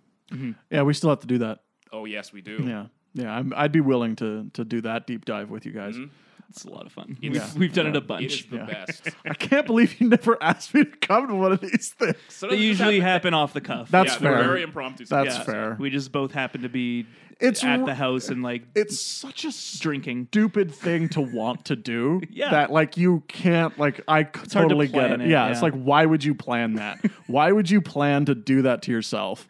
S1: Yeah, we still have to do that.
S3: Oh yes, we do.
S1: Yeah, yeah. I'm, I'd be willing to to do that deep dive with you guys.
S2: Mm-hmm. It's a lot of fun.
S3: It's-
S2: We've, we've done it a
S3: It is
S2: bunch.
S3: the best.
S1: I can't believe you never asked me to come to one of these things.
S3: So
S2: They
S3: does this
S2: usually
S3: happen-
S2: happen off the cuff.
S1: That's
S3: yeah, they're
S1: fair.
S3: very impromptu.
S1: That's
S3: sometimes.
S1: fair.
S2: We just both happen to be
S1: It's
S2: at
S1: r-
S2: the house and like
S1: It's such a stupid
S2: drinking.
S1: thing to want to do.
S2: Yeah.
S1: that like you can't like I c-
S2: hard to
S1: totally get it.
S2: plan it,
S1: yeah, it's
S2: yeah.
S1: like why would you plan that? why would you plan to do that to yourself?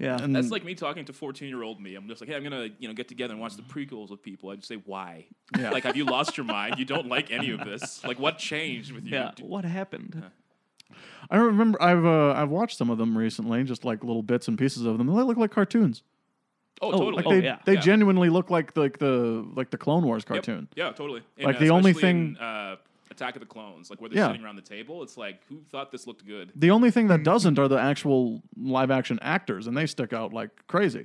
S2: Yeah.
S1: And-
S3: That's like me talking to fourteen year old me. I'm just like, hey, I'm gonna you know get together and watch the prequels with people. I just say, why?
S1: Yeah.
S3: Like, have you lost your mind? You don't like any of this. Like, what changed with you?
S2: Yeah.
S3: Do-
S2: What happened?
S1: I remember I've uh, I've watched some of them recently, just like little bits and pieces of them. They look like cartoons.
S3: Oh,
S2: Oh,
S3: totally.
S1: Like
S2: Oh,
S1: they
S2: yeah.
S1: they
S3: Yeah.
S1: genuinely look like like the like the Clone Wars cartoon.
S3: Yeah, totally. And,
S1: Like,
S3: uh,
S1: the only
S3: especially in,
S1: thing-
S3: uh, Attack of the Clones, like where they're
S1: Yeah.
S3: sitting around the table. It's like who thought this looked good?
S1: The only thing that
S2: Mm-hmm.
S1: doesn't are the actual live action actors, and they stick out like crazy.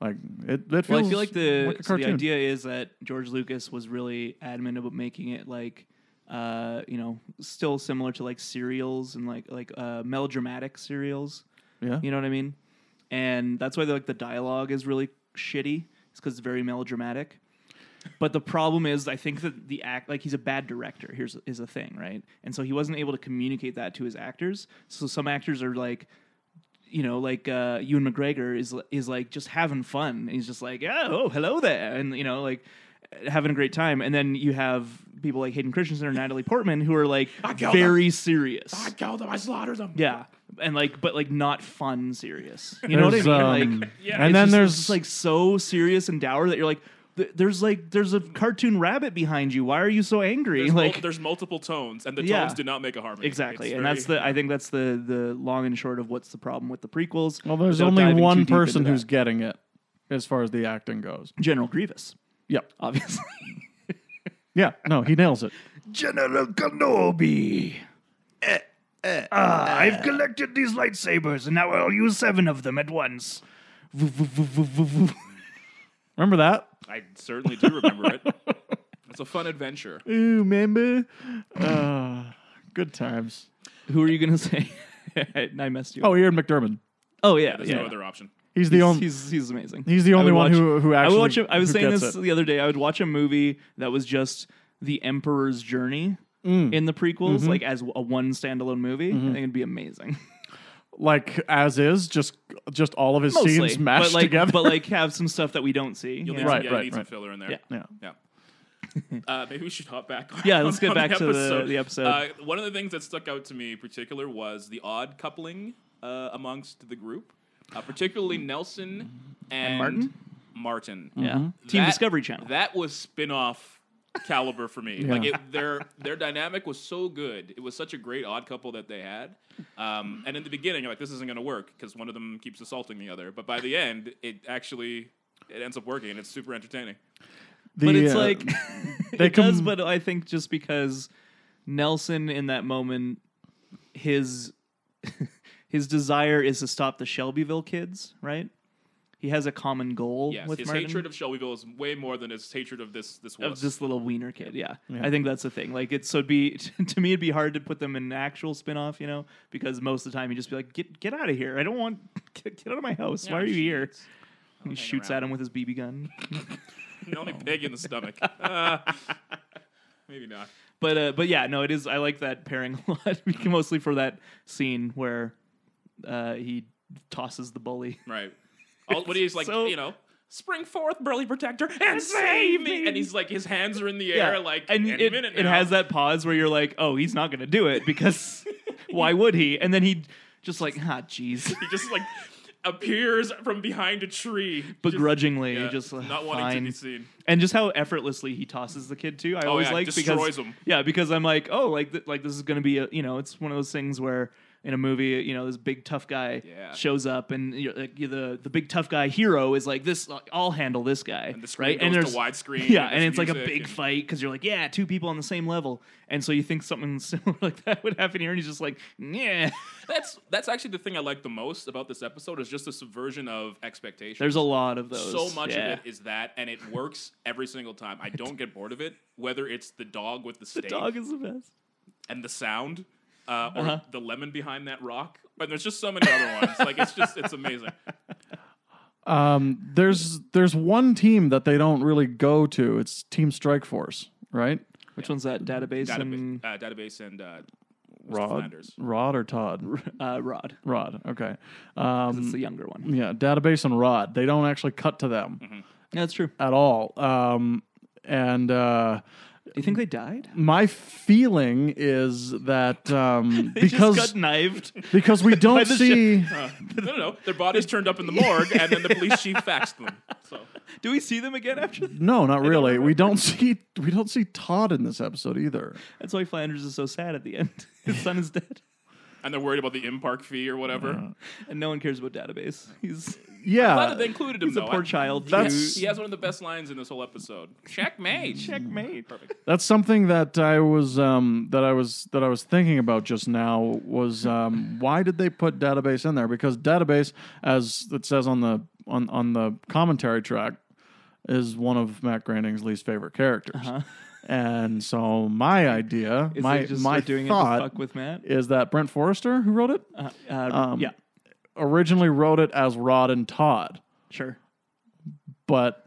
S1: Like it, it feels.
S2: Mm-hmm. Well, I feel like the
S1: a
S2: so the
S1: cartoon.
S2: idea is that George Lucas was really adamant about making it like uh you know still similar to like serials and like like uh melodramatic serials
S1: Yeah.
S2: you know what i mean and that's why like the dialogue is really shitty it's because it's very melodramatic but the problem is i think that the act like he's a bad director here's is a thing right and so he wasn't able to communicate that to his actors so some actors are like you know, like uh, Ewan McGregor is is like just having fun. He's just like, "Yeah, oh, hello there, and you know, like having a great time. And then you have people like Hayden Christensen or Natalie Portman who are like
S3: killed
S2: very serious,
S3: killed them. I slaughtered them.
S2: yeah, and like but like not fun serious. You know
S1: There's,
S2: what I mean?
S1: um,
S2: like,
S3: Yeah.
S1: and then
S2: it's just-
S1: there's
S2: it's just, like so serious and dour that you're like, th- there's like there's a cartoon rabbit behind you. Why are you so angry?
S3: There's,
S2: like
S3: mul- there's multiple tones, and the
S2: Yeah.
S3: tones do not make a harmony.
S2: Exactly,
S3: It's
S2: and
S3: very-
S2: that's the. I think that's the the long and short of what's the problem with the prequels.
S1: well, there's
S2: without
S1: only
S2: diving too
S1: one
S2: deep into
S1: person
S2: that.
S1: who's getting it, as far as the acting goes.
S2: General Grievous,
S1: Yep.
S2: obviously.
S1: Yeah. No, he nails it.
S4: General Kenobi. Eh, Ah, I've collected these lightsabers, and now I'll use seven of them at once.
S1: Remember that?
S3: I certainly do remember it. It's a fun adventure.
S1: Ooh, remember? uh, good times.
S2: Who are you gonna say? I messed you. up.
S1: Oh, Ian McDermott.
S2: oh yeah,
S3: There's
S2: yeah.
S3: no other option.
S1: He's the only.
S2: he's he's amazing.
S1: He's the
S2: I
S1: only
S2: would
S1: one
S2: watch-
S1: who- who
S2: I
S1: actually-
S2: would watch. A, I was
S1: who
S2: saying
S1: gets
S2: this
S1: it.
S2: the other day. I would watch a movie that was just the Emperor's Journey
S1: Mm.
S2: in the prequels,
S1: Mm-hmm.
S2: like as a one standalone movie. I think it'd be amazing.
S1: like as is, just just all of his
S2: Mostly,
S1: scenes mashed
S2: but like,
S1: together.
S2: but like have some stuff that we don't see.
S3: You'll
S2: you
S3: need
S2: know?
S3: some,
S1: Right,
S3: yeah,
S1: right,
S3: you need some
S1: right.
S3: filler in there.
S2: Yeah.
S1: yeah.
S3: Uh, maybe we should hop back.
S2: Yeah,
S3: on-
S2: let's get
S3: on
S2: back to the- the episode.
S3: Uh, one of the things that stuck out to me in particular was the odd coupling uh, amongst the group, uh, particularly Nelson and,
S2: Martin?
S3: Martin.
S2: Yeah.
S1: Mm-hmm.
S2: Team
S3: That-
S2: Discovery Channel.
S3: That was spin-off caliber for me. Like it, their their dynamic was so good. It was such a great odd couple that they had. Um, and in the beginning, you're like, this isn't going to work because one of them keeps assaulting the other. But by the end, it actually it ends up working and it's super entertaining.
S1: The,
S2: but it's
S1: uh,
S2: like
S1: they
S2: it does,
S1: come-
S2: but I think just because Nelson in that moment, his his desire is to stop the Shelbyville kids, right? He has a common goal
S3: Yes,
S2: with
S3: his
S2: Martin
S3: hatred of Shelbyville is way more than his hatred of this this was.
S2: of this little wiener kid. Yeah. I think that's the thing. Like it's so it'd be to me it'd be hard to put them in an actual spin-off, you know, because most of the time you'd just be like, get get out of here. I don't want get, get out of my house. Why are you here? And He shoots
S3: around.
S2: at him with his BB gun.
S3: The only pig in the stomach. Uh, maybe not.
S2: but uh, but yeah, no, it is. I like that pairing a lot, mostly for that scene where uh, he tosses the bully.
S3: Right. All, what he's like,
S2: so-
S3: you know, spring forth, burly protector, and save me. And he's like, his hands are in the air, like
S2: and
S3: any
S2: it,
S3: minute
S2: it
S3: now.
S2: has that pause where you're like, oh, he's not gonna do it because why would he? And then he just like, ah, jeez,
S3: He just like appears from behind a tree,
S2: begrudgingly,
S3: yeah,
S2: just uh, like,
S3: not wanting to
S2: fine.
S3: be seen.
S2: and just how effortlessly he tosses the kid too. I always
S3: Oh, yeah,
S2: like
S3: destroys
S2: because
S3: him.
S2: yeah, because I'm like, oh, like th- like this is gonna be a you know, it's one of those things where in a movie, you know, this big tough guy
S3: Yeah.
S2: shows up, and you're, like, you're the the big tough guy hero is like this. Like, I'll handle this guy,
S3: And the screen
S2: right?
S3: goes
S2: and there's
S3: to widescreen.
S2: yeah, and
S3: there's
S2: it's like a
S3: music
S2: big
S3: and-
S2: fight because you're like, yeah, two people on the same level, and so you think something similar like that would happen here, and he's just like, yeah.
S3: That's that's actually the thing I like the most about this episode is just the subversion of expectations.
S2: There's a lot of those.
S3: so much
S2: yeah.
S3: of it is that, and it works every single time. I don't get bored of it, whether it's the dog with the
S2: The
S3: steak
S2: dog is the best.
S3: and the sound, uh, or
S2: Uh-huh.
S3: the lemon behind that rock. But there's just so many other ones. Like it's just it's amazing.
S1: um, there's there's one team that they don't really go to. It's Team Strike Force, right?
S2: Which one's that? Database,
S3: Database,
S2: and
S3: uh, database and uh, Mr.
S1: Rod,
S3: Flanders.
S1: Rod or Todd?
S2: uh, Rod.
S1: Rod. Okay.
S2: It's the
S1: Um,
S2: younger one.
S1: yeah, database and Rod. They don't actually cut to them
S2: Mm-hmm. That's true.
S1: at all. Um, and uh,
S2: Do you think they died?
S1: my feeling is that um,
S2: Because
S1: because
S2: got knifed.
S1: because we don't
S2: the
S1: see.
S3: No, no, no. Their bodies turned up in the morgue, and then the police chief faxed them. So
S2: Do we see them again after? That?
S1: No, not really. We don't see we don't see Todd in this episode either.
S2: That's why Flanders is so sad at the end. His son is dead.
S3: and they're worried about the in-park fee or whatever.
S2: and no one cares about database. He's
S3: I'm glad
S1: Yeah.
S3: that they included him
S2: Uh, he's a
S3: though.
S2: poor
S3: I-
S2: child.
S1: That's-
S3: He has one of the best lines in this whole episode. Checkmate.
S2: checkmate.
S3: Perfect.
S1: That's something that I was um, that I was that I was thinking about just now was um, why did they put database in there? Because database, as it says on the on on the commentary track, is one of Matt Groening's least favorite characters. And so my idea,
S2: Uh-huh. Is
S1: my
S2: they just
S1: my
S2: start doing it to
S1: thought
S2: fuck with Matt?
S1: is that Brent Forrester, who wrote it,
S2: Uh, uh,
S1: Um,
S2: yeah,
S1: originally wrote it as Rod and Todd,
S2: sure.
S1: but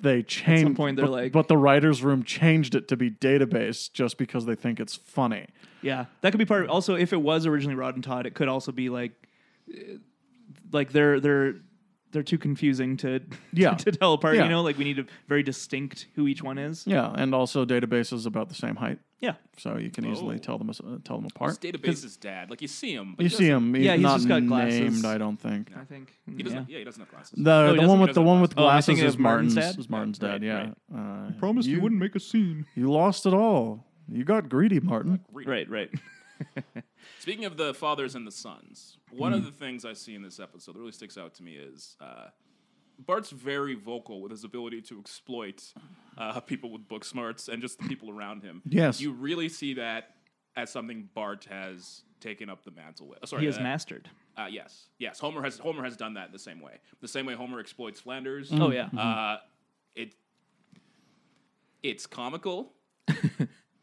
S1: they changed.
S2: point, they're
S1: but-
S2: like-
S1: but the writers' room changed it to be database just because they think it's funny.
S2: Yeah, that could be part of. Also, if it was originally Rod and Todd, it could also be like, uh, like they're they're they're too confusing to
S1: Yeah.
S2: to tell apart.
S1: Yeah.
S2: You know, like we need a very distinct who each one is.
S1: Yeah, and also databases about the same height,
S2: Yeah,
S1: so you can easily
S3: Oh.
S1: tell them as- uh, tell them apart.
S3: Database's dad. Like you see him. But
S1: You
S3: he
S1: see
S3: doesn't-
S1: him, he's
S2: Yeah, he's
S1: not
S2: just got
S1: named.
S2: glasses.
S1: I don't think
S2: I think.
S3: He
S2: yeah.
S3: doesn't. Yeah, he doesn't have glasses.
S1: the
S2: he
S1: the
S2: doesn't-
S1: one
S2: he
S1: with the
S3: doesn't
S1: one
S3: have
S1: with
S2: glasses. Oh, I'm
S1: glasses
S2: thinking
S1: is
S2: of Martin's
S1: Martin's
S2: dad.
S1: is Martin's dad. Yeah, uh,
S2: Promise
S1: you
S2: wouldn't make a scene.
S1: you lost it all. You got greedy, Martin.
S3: Reed.
S2: Right, right.
S3: Speaking of the fathers and the sons, one of the things I see in this episode that really sticks out to me is uh, Bart's very vocal with his ability to exploit uh, people with book smarts and just the people around him.
S1: Yes.
S3: You really see that as something Bart has taken up the mantle with. Sorry,
S2: He is
S3: uh,
S2: mastered.
S3: uh, yes, yes. Homer has Homer has done that in the same way. The same way Homer exploits Flanders.
S2: Oh, yeah. Mhm.
S3: Uh, it it's comical,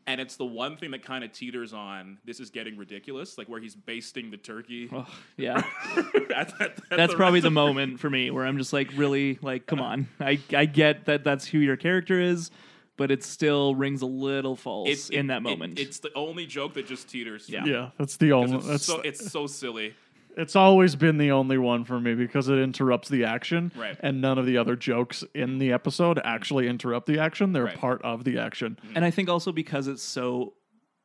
S3: and it's the one thing that kind of teeters on this is getting ridiculous, like where he's basting the turkey.
S2: Yeah,
S3: At- at- at
S2: that's
S3: the
S2: probably
S3: rest
S2: the
S3: of-
S2: moment for me where I'm just like, really, like, come on. I I get that that's who your character is, but it still rings a little false
S3: It's
S2: in
S3: it-
S2: that moment.
S3: it's the only joke that just teeters. for
S2: Yeah.
S3: me,
S1: Yeah, that's the only.
S3: 'cause
S1: That's
S3: It's so, it's so silly.
S1: It's always been the only one for me because it interrupts the action,
S3: Right.
S1: and none of the other jokes in the episode actually interrupt the action. They're
S3: Right.
S1: part of the action.
S2: And I think also because it's so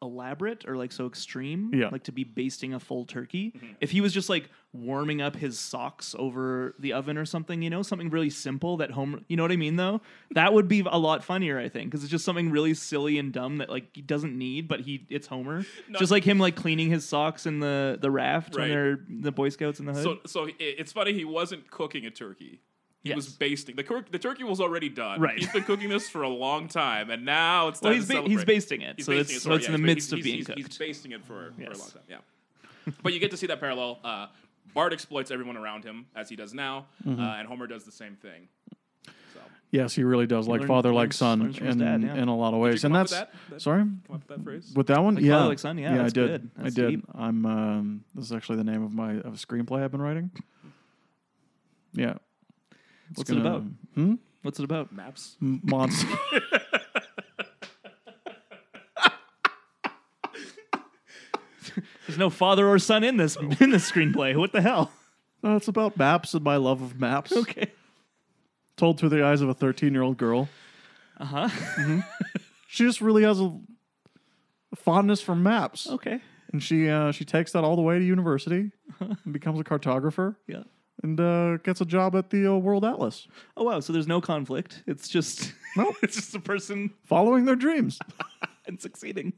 S2: elaborate or like so extreme,
S1: Yeah.
S2: like to be basting a full turkey.
S3: Mm-hmm.
S2: If he was just like warming up his socks over the oven or something, you know, something really simple that Homer, you know what I mean though? That would be a lot funnier, I think, because it's just something really silly and dumb that like he doesn't need, but he it's Homer. Just like him like cleaning his socks in the the raft
S3: Right.
S2: when they're the Boy Scouts in the hood.
S3: So so it, it's funny he wasn't cooking a turkey. He was
S2: Yes.
S3: basting the, cur- the turkey was already done.
S2: Right.
S3: he's been cooking this for a long time, and now it's
S2: well,
S3: time
S2: he's
S3: to
S2: ba-
S3: celebrate.
S2: he's basting it, so
S3: basting
S2: it's,
S3: it,
S2: so
S3: sorry,
S2: it's
S3: yeah,
S2: in the
S3: he's-
S2: midst
S3: he's-
S2: of being
S3: he's,
S2: cooked.
S3: He's basting it for, for a long
S2: Yes.
S3: time, yeah. but you get to see that parallel. Uh, Bart exploits everyone around him as he does now,
S2: Mm-hmm.
S3: uh, and Homer does the same thing. So,
S1: Yes, he really does like
S2: learned-
S1: father, like
S2: learns-
S1: son,
S2: learns from his
S1: in,
S2: dad, yeah.
S1: in a lot of ways.
S3: come
S1: and
S3: up with
S1: that's
S3: that? That-
S1: sorry
S3: come up with that phrase.
S1: with that one.
S2: Like
S1: yeah,
S2: father, like son, yeah,
S1: I
S2: that's
S1: did.
S2: good.
S1: I
S2: That's
S1: did.
S2: deep.
S1: I'm. Um, this is actually the name of my of a screenplay I've been writing. Yeah. It's
S2: What's it about?
S1: Hmm?
S2: What's it about?
S3: Maps.
S1: M- Monster.
S2: There's no father or son in
S1: Oh.
S2: this in this screenplay. What the hell?
S1: no, it's about maps and my love of maps.
S2: Okay.
S1: Told through the eyes of a 13 year old girl.
S2: Uh huh.
S1: She just really has a fondness for maps.
S2: Okay.
S1: and she uh, she takes that all the way to university and becomes a cartographer
S2: Yeah.
S1: and uh, gets a job at the uh, World Atlas,
S2: Oh wow. So there's no conflict. It's just
S1: Nope.
S2: it's just a person
S1: following their dreams.
S2: and succeeding.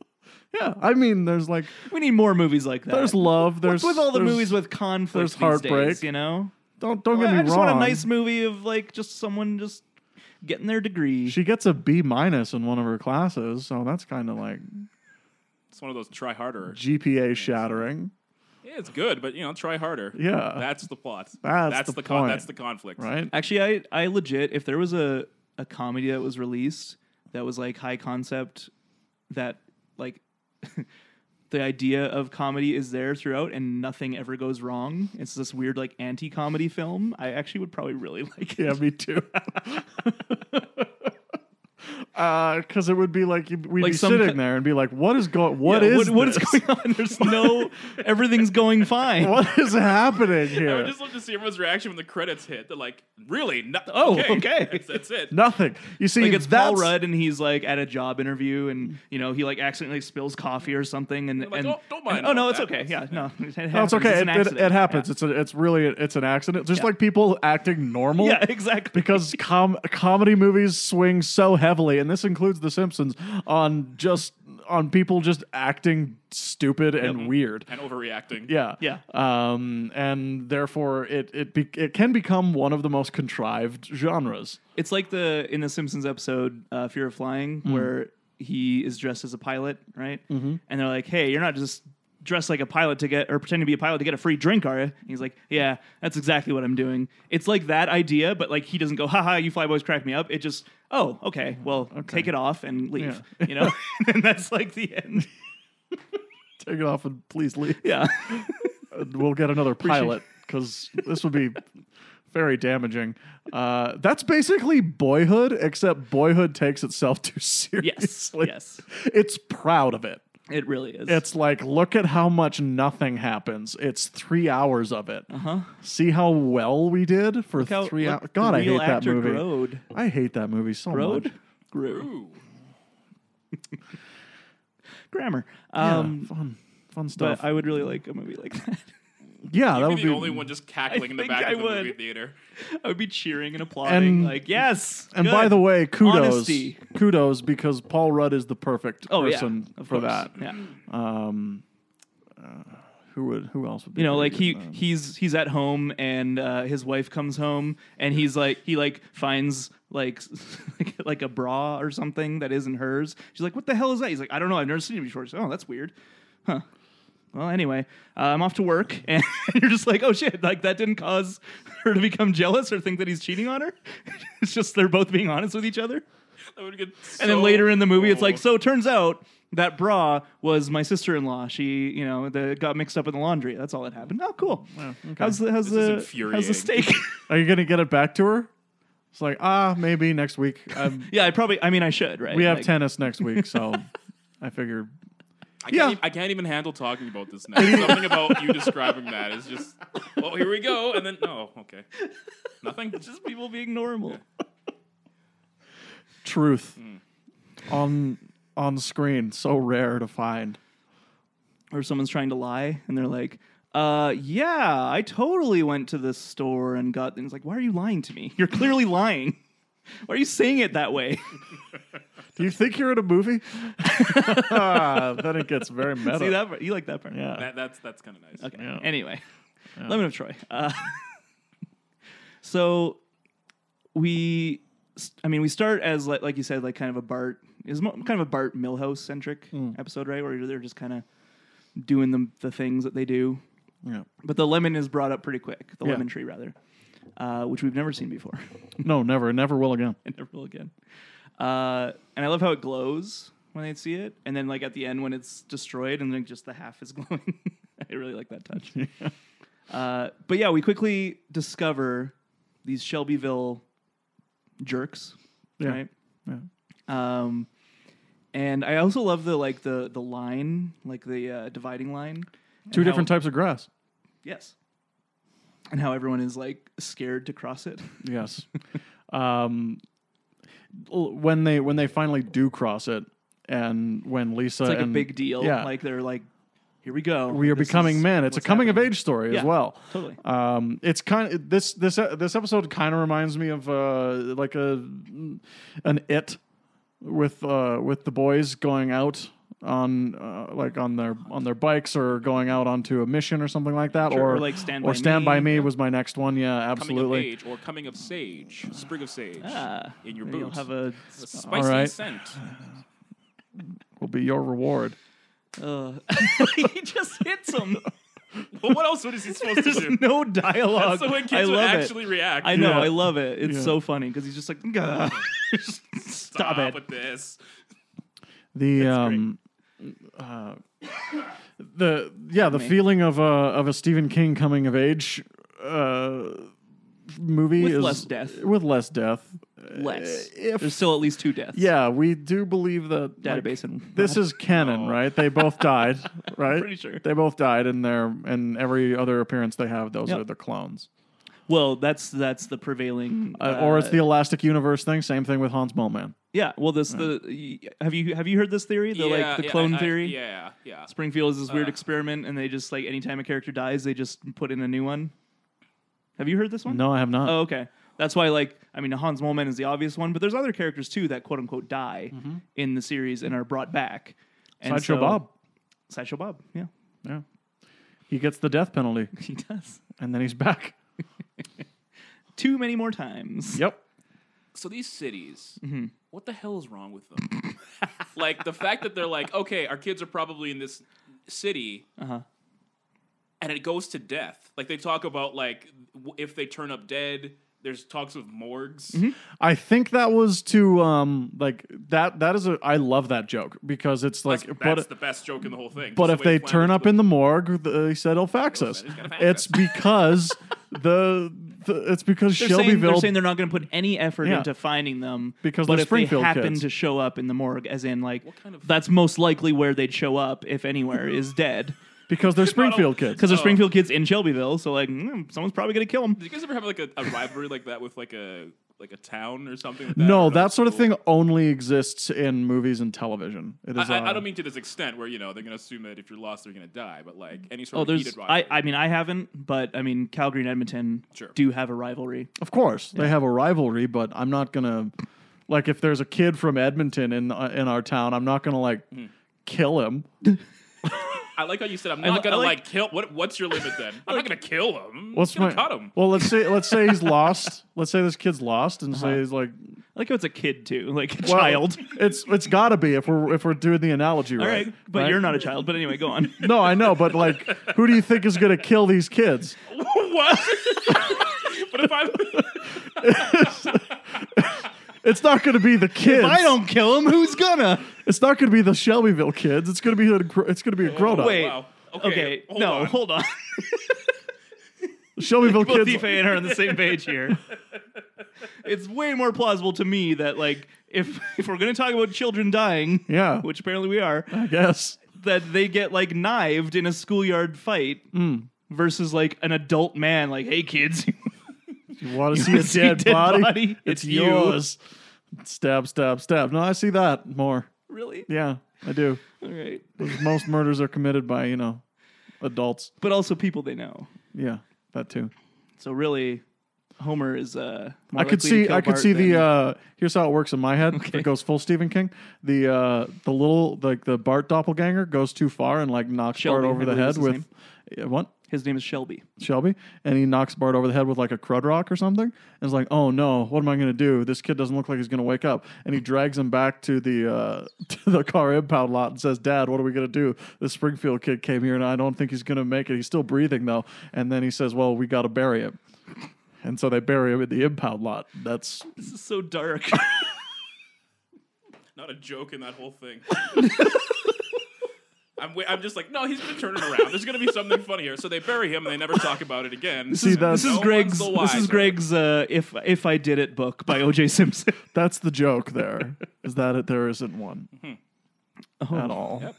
S1: yeah, I mean, there's like
S2: We need more movies like that.
S1: there's love. There's
S2: What's with all the
S1: there's-
S2: movies with conflict.
S1: there's
S2: these
S1: heartbreak.
S2: days, you know.
S1: Don't don't
S2: I
S1: get me
S2: I just
S1: wrong.
S2: want a nice movie of like just someone just getting their degree.
S1: she gets a B minus in one of her classes, so that's kind of like
S3: It's one of those try harder.
S1: GPA shattering,
S3: Yeah, it's good, but you know, try harder.
S1: Yeah.
S3: that's the plot.
S1: That's the
S3: con-
S1: point.
S3: That's the conflict.
S1: right?
S2: Actually, I I legit if there was a a comedy that was released that was like high concept that like the idea of comedy is there throughout and nothing ever goes wrong. It's this weird like anti-comedy film. I actually would probably really like it.
S1: Yeah, me too. Because Uh, it would be like you'd- we'd
S2: Like
S1: be
S2: some
S1: sitting
S2: ki-
S1: there and be like, "What is going? What
S2: Yeah,
S1: is
S2: what, what is
S1: this?
S2: going on? There's no everything's going fine.
S1: What is happening
S3: I
S1: here?
S3: would just love to see everyone's reaction when the credits hit. They're like, "Really? No-
S2: Oh, okay.
S3: That's, that's it.
S1: Nothing. You see,
S2: Like it's
S1: that's,
S2: Paul Rudd and he's like at a job interview and you know he like accidentally spills coffee or something and,
S3: Like,
S2: and
S3: "Don't- don't mind
S2: and- oh no
S3: about
S2: it's
S3: that."
S2: okay yeah no it happens.
S1: No, it's okay.
S2: It's
S1: it,
S2: an
S1: it,
S2: accident.
S1: it happens. It's a, it's really it's an accident. Just
S2: Yeah.
S1: like people acting normal.
S2: yeah exactly
S1: Because com- comedy movies swing so heavily, and this includes The Simpsons, on just on people just acting stupid and weird.
S3: and overreacting.
S1: Yeah.
S2: Yeah.
S1: Um, and therefore, it it be- it can become one of the most contrived genres.
S2: It's like the in the Simpsons episode uh, "Fear of Flying," where he is dressed as a pilot, right? Mm-hmm. And they're like, "Hey, you're not just dressed like a pilot to get or pretend to be a pilot to get a free drink, are you?" And he's like, "Yeah, that's exactly what I'm doing." It's like that idea, but like he doesn't go, "Ha ha, you flyboys crack me up." It just, "Oh, okay, well, take it off and leave," you know. and that's like the end.
S1: Take it off and please leave.
S2: Yeah.
S1: And we'll get another pilot because this would be very damaging. Uh, that's basically Boyhood, except Boyhood takes itself too
S2: yes.
S1: seriously.
S2: yes.
S1: It's proud of it.
S2: It really is.
S1: It's like, look at how much nothing happens. It's three hours of it.
S2: huh?
S1: See how well we did for
S2: Uh-huh. Look how-
S1: three
S2: look,
S1: hours.
S2: the
S1: God, I
S2: real
S1: hate that
S2: actor
S1: movie.
S2: Grode.
S1: I hate that movie so much.
S2: Grode? Grode.
S3: Ooh.
S2: Grammar.
S1: Yeah,
S2: Um,
S1: fun, fun
S2: but
S1: stuff.
S2: I would really like a movie like that.
S1: yeah, that
S3: You'd
S1: would
S3: be
S1: be
S3: the only one just cackling in the
S2: think
S3: back
S2: I
S3: of the movie
S2: would.
S3: theater.
S2: I would be cheering and applauding,
S1: And-
S2: like yes.
S1: And by the way, kudos,
S2: Honesty.
S1: kudos, because Paul Rudd is the perfect
S2: oh yeah,
S1: person
S2: of
S1: for
S2: course.
S1: that.
S2: yeah.
S1: Who would? Who else would? Be
S2: You know,
S1: pretty
S2: like he
S1: good in that?
S2: he's he's at home and uh, his wife comes home and he's like he like finds like like like a bra or something that isn't hers. She's like, "What the hell is that?" He's like, "I don't know. I've never seen it before." She's like, "Oh, that's weird." Huh. Well, anyway, uh, I'm off to work, and you're just like, "Oh shit!" Like that didn't cause her to become jealous or think that he's cheating on her. it's just they're both being honest with each other.
S3: That would get
S2: And then later in the movie, it's like, so it turns out that bra was my sister in law. She, you know, the, got mixed up in the laundry. That's all that happened. Oh, cool. How's the how's
S3: is
S2: the how's
S3: infuriating.
S2: the steak?
S1: Are you gonna get it back to her? It's like ah, maybe next week. Um,
S2: yeah, I probably. I mean, I should, right?
S1: we have
S2: Like,
S1: tennis next week, so I figured.
S3: I
S1: Yeah.
S3: can't, even, I can't even handle talking about this now. Something about you describing that is just, oh, here we go. And then, no, okay. Nothing?
S2: Just people being normal.
S1: truth
S2: Mm.
S1: on on screen so rare to find
S2: Or someone's trying to lie, and they're like. Uh yeah, I totally went to the store and got and it's like, why are you lying to me? You're clearly lying. Why are you saying it that way?
S1: do you think you're in a movie Ah, then it gets very meta
S2: See that part? You like that part?
S1: yeah
S3: That, that's that's kind of nice.
S2: Okay.
S1: Yeah.
S2: Anyway, Lemon of Troy. Uh, so we, I mean, we start as like like you said, like kind of a Bart is mo- kind of a Bart Millhouse centric
S1: Hmm.
S2: episode, right? Where they're just kind of doing the the things that they do,
S1: yeah.
S2: but the lemon is brought up pretty quick. The
S1: Yeah.
S2: lemon tree, rather, uh, which we've never seen before
S1: no never never will again
S2: and never will again. Uh, and I love how it glows when they see it, and then like at the end when it's destroyed, and then just the half is glowing. I really like that touch. Uh, but yeah, we quickly discover these Shelbyville jerks,
S1: Yeah.
S2: right? Yeah. Um, and I also love the like the the line, like the uh, dividing line. and
S1: two
S2: how-
S1: different types of grass
S2: Yes. And how everyone is like scared to cross it.
S1: yes um l- when they when they finally do cross it and when lisa
S2: It's like
S1: and
S2: a big deal.
S1: yeah
S2: Like they're like, here we go.
S1: we are
S2: This
S1: becoming
S2: is
S1: men it's a
S2: what's
S1: coming
S2: happening."
S1: of age story as
S2: Yeah.
S1: well
S2: Totally.
S1: Um, it's kind of this this uh, this episode kind of reminds me of uh, like a an it with uh, with the boys going out on uh, like on their on their bikes or going out onto a mission or something like that
S2: Sure,
S1: or,
S2: or like Stand
S1: or
S2: By
S1: Stand
S2: Me.
S1: by me was my next one yeah
S3: Coming of
S1: absolutely
S3: age or coming of sage, sprig of sage
S2: Ah,
S3: in your
S2: maybe You'll
S3: boots.
S2: have a.
S3: a spicy
S1: Alright.
S3: scent.
S1: will be your reward
S2: Uh, he just hits him.
S3: Well, what else is he supposed to do?
S2: There's no dialogue.
S3: That's the way kids
S2: I
S3: would
S2: love
S3: actually
S2: it.
S3: react.
S2: I know.
S1: Yeah.
S2: I love it. It's
S1: Yeah.
S2: so funny because he's just like, "Gah." Just stop,
S3: Stop
S2: it.
S3: with this.
S1: the um uh, the yeah the feeling of a of a Stephen King coming of age uh movie
S2: With
S1: is
S2: less death.
S1: with less death Uh,
S2: Less.
S1: if-
S2: There's still at least two deaths.
S1: yeah we do believe that like,
S2: Database and
S1: this is canon
S3: No.
S1: right they both died right
S2: Oh. Pretty sure.
S1: they both died and their and every other appearance they have those
S2: Yep.
S1: are the clones
S2: well, that's that's the prevailing.
S1: uh, or it's
S2: uh,
S1: the elastic universe thing same thing with Hans Moleman
S2: yeah. Well, this the y- have you have you heard this theory? The
S3: Yeah,
S2: like the
S3: yeah,
S2: clone
S3: I- I-
S2: theory.
S3: yeah, yeah.
S2: Springfield is this weird
S3: Uh.
S2: experiment, and they just like anytime a character dies, they just put in a new one. Have you heard this one?
S1: no I have not
S2: Oh, okay. That's why, like, I mean, Hans Moleman is the obvious one, but there's other characters too that quote unquote die in the series and are brought back. And
S1: Mm-hmm. Sideshow
S2: so-
S1: Bob.
S2: Sideshow Bob. Yeah,
S1: Yeah. He gets the death penalty
S2: he does.
S1: and then he's back.
S2: Too many more times.
S1: Yep.
S3: So these cities,
S1: Mm-hmm.
S3: what the hell is wrong with them? like the fact that they're like, okay, our kids are probably in this city,
S2: Uh-huh.
S3: and it goes to death. Like they talk about like w- if they turn up dead. There's talks of morgues.
S1: I think that was to um like that that is a I love that joke because it's like
S3: That's,
S1: but
S3: that's the best joke in the whole thing.
S1: but if they turn up in the morgue, they said he'll fax us.
S3: He's gonna fax
S1: It's because the, the it's because
S2: They're saying,
S1: Shelbyville
S2: they're saying they're not going to put any effort
S1: Yeah.
S2: into finding them
S1: Because
S2: but
S1: they're
S2: if they
S1: Springfield
S2: happen
S1: kids.
S2: to show up in the morgue, as in like
S3: kind of-
S2: that's most likely where they'd show up if anywhere is dead,
S1: because they're Springfield kids.
S2: because they're
S3: Oh.
S2: Springfield kids in Shelbyville. So like mm, someone's probably going to kill them.
S3: Did you guys ever have like a, a rivalry like that with like a like a town or something? Like that
S1: No,
S3: Or
S1: that sort of
S3: school?
S1: thing only exists in movies and television. It is
S3: I, I- I
S1: uh,
S3: don't mean to this extent where you know they're gonna assume that if you're lost they're gonna die, but like
S1: Mm-hmm.
S3: any sort
S2: Oh,
S3: of
S2: there's
S3: heated rivalry.
S2: I, I mean I haven't, but I mean Calgary and Edmonton
S3: Sure.
S2: do have a rivalry.
S1: Of course, they have a rivalry, but I'm not gonna like if there's a kid from Edmonton in uh, in our town, I'm not gonna like
S3: Hmm.
S1: kill him.
S3: I like how you said I'm not
S2: li-
S3: gonna
S2: I
S3: like,
S2: like-
S3: kill. What what's your limit then? I'm not gonna kill him.
S1: What's
S3: I'm
S1: my
S3: just gonna cut him?
S1: Well, let's say let's say he's lost. Let's say this kid's lost, and say he's like
S2: I like how it's a kid too, like a
S1: well,
S2: Uh-huh. child.
S1: It's it's got to be if we're if we're doing the analogy
S2: All
S1: right.
S2: right, but
S1: right?
S2: you're not a child. But anyway, go on.
S1: No, I know, but like, who do you think is gonna kill these kids?
S3: what? but if I'm
S1: It's not gonna be the kids.
S2: I don't kill him. Who's gonna?
S1: It's not gonna be the Shelbyville kids. It's gonna be a, gr- it's gonna be a grown up.
S2: Wait.
S3: wow. Okay,
S2: Okay,
S3: hold
S2: no,
S3: on.
S2: hold on.
S1: Shelbyville
S2: Both
S1: kids.
S2: Tifa and her on the same page here. It's way more plausible to me that like if if we're gonna talk about children dying,
S1: Yeah.
S2: which apparently we are,
S1: I guess.
S2: that they get like knived in a schoolyard fight versus like an adult man, like, hey kids,
S1: You want to see a
S2: see
S1: dead,
S2: dead
S1: body?
S2: body?
S1: It's,
S2: It's you.
S1: yours. Stab, stab, stab. No, I see that more.
S2: really?
S1: Yeah, I do.
S2: All right.
S1: Most murders are committed by you know adults.
S2: But also people they know.
S1: Yeah, that too.
S2: So really, Homer is uh. More
S1: I could
S2: likely to
S1: see.
S2: kill
S1: I could
S2: Bart
S1: see the.
S2: than-
S1: Uh, here's how it works in my head. It goes full Stephen King. The uh, the little like the Bart doppelganger goes too far and like knocks
S2: Shelby,
S1: Bart over
S2: I
S1: the
S2: believe
S1: head
S2: is his
S1: with Yeah, what
S2: His name is Shelby.
S1: Shelby, and he knocks Bart over the head with like a crud rock or something. And it's like, oh no, what am I gonna do? This kid doesn't look like he's gonna wake up. And he drags him back to the uh, to the car impound lot and says, Dad, what are we gonna do? The Springfield kid came here and I don't think he's gonna make it. He's still breathing though. And then he says, Well, we gotta bury him. And so they bury him in the impound lot. That's
S2: This is so dark.
S3: not a joke in that whole thing. I'm, wa- I'm just like, no, he's gonna turn it around. There's gonna be something funny here. So they bury him and they never talk about it again.
S1: See, that's-
S2: this is
S1: No
S3: one's
S2: Greg's.
S3: the
S2: This is
S3: wiser.
S2: Greg's. Uh, if if I did it book by O.J. Simpson.
S1: That's the joke there, is that it, there isn't one at all.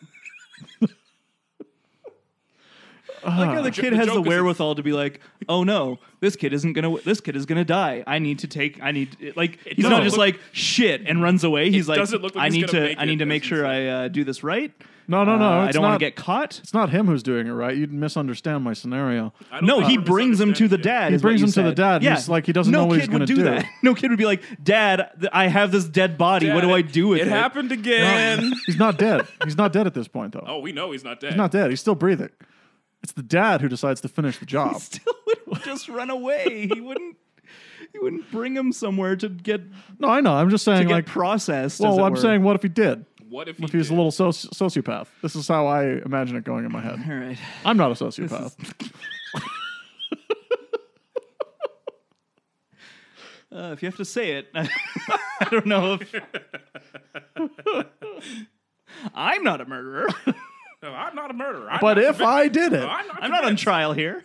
S2: I like how the
S3: Jo-
S2: kid
S3: Uh-huh. the
S2: has
S3: joke
S2: the
S3: is-
S2: wherewithal to be like, "Oh no, this kid isn't gonna. This kid is gonna die. I need to take. I need like. he's
S3: doesn't
S2: not just
S3: look-
S2: like shit and runs away. He's like,
S3: doesn't look like
S2: I
S3: he's
S2: need
S3: gonna
S2: to.
S3: make
S2: I need
S3: it,
S2: to make
S3: as
S2: sure
S3: he
S2: I uh, do this right.
S1: No, no, no.
S2: Uh, I
S1: it's
S2: don't want
S1: not-
S2: to get caught.
S1: It's not him who's doing it right. You misunderstand my scenario.
S3: I don't
S2: No,
S3: think
S2: he
S3: I
S2: brings him to the
S3: misunderstand you.
S2: dad.
S1: He
S2: is what
S1: brings
S2: you
S1: him to the
S2: said.
S1: dad, and
S2: Yeah.
S1: he's like, he doesn't
S2: no
S1: know what
S2: kid
S1: he's
S2: would
S1: gonna
S2: do
S1: do.
S2: That. No kid would be like, Dad, th- I have this dead body. what do
S3: Dad,
S2: I do with it?
S3: It happened again.
S1: No, he's not dead. He's not dead at this point, though.
S3: Oh, we know he's not dead.
S1: He's not dead. He's still breathing. It's the dad who decides to finish the job.
S2: Still would just run away. He wouldn't. He wouldn't bring him somewhere to get
S1: No, I know. I'm just
S2: to
S1: saying,
S2: get
S1: like,
S2: processed. as
S1: well,
S2: it
S1: I'm
S2: were.
S1: saying, what if he did?
S3: What if he,
S1: If he was a
S3: did?
S1: little soci- sociopath. This is how I imagine it going in my head.
S2: All right.
S1: I'm not a sociopath.
S2: Uh, if you have to say it, I don't know if. I'm not a murderer.
S3: No, I'm not a murderer. I'm
S1: But
S3: not
S1: if I did it,
S3: I'm not,
S2: I'm not on
S3: convinced.
S2: trial here.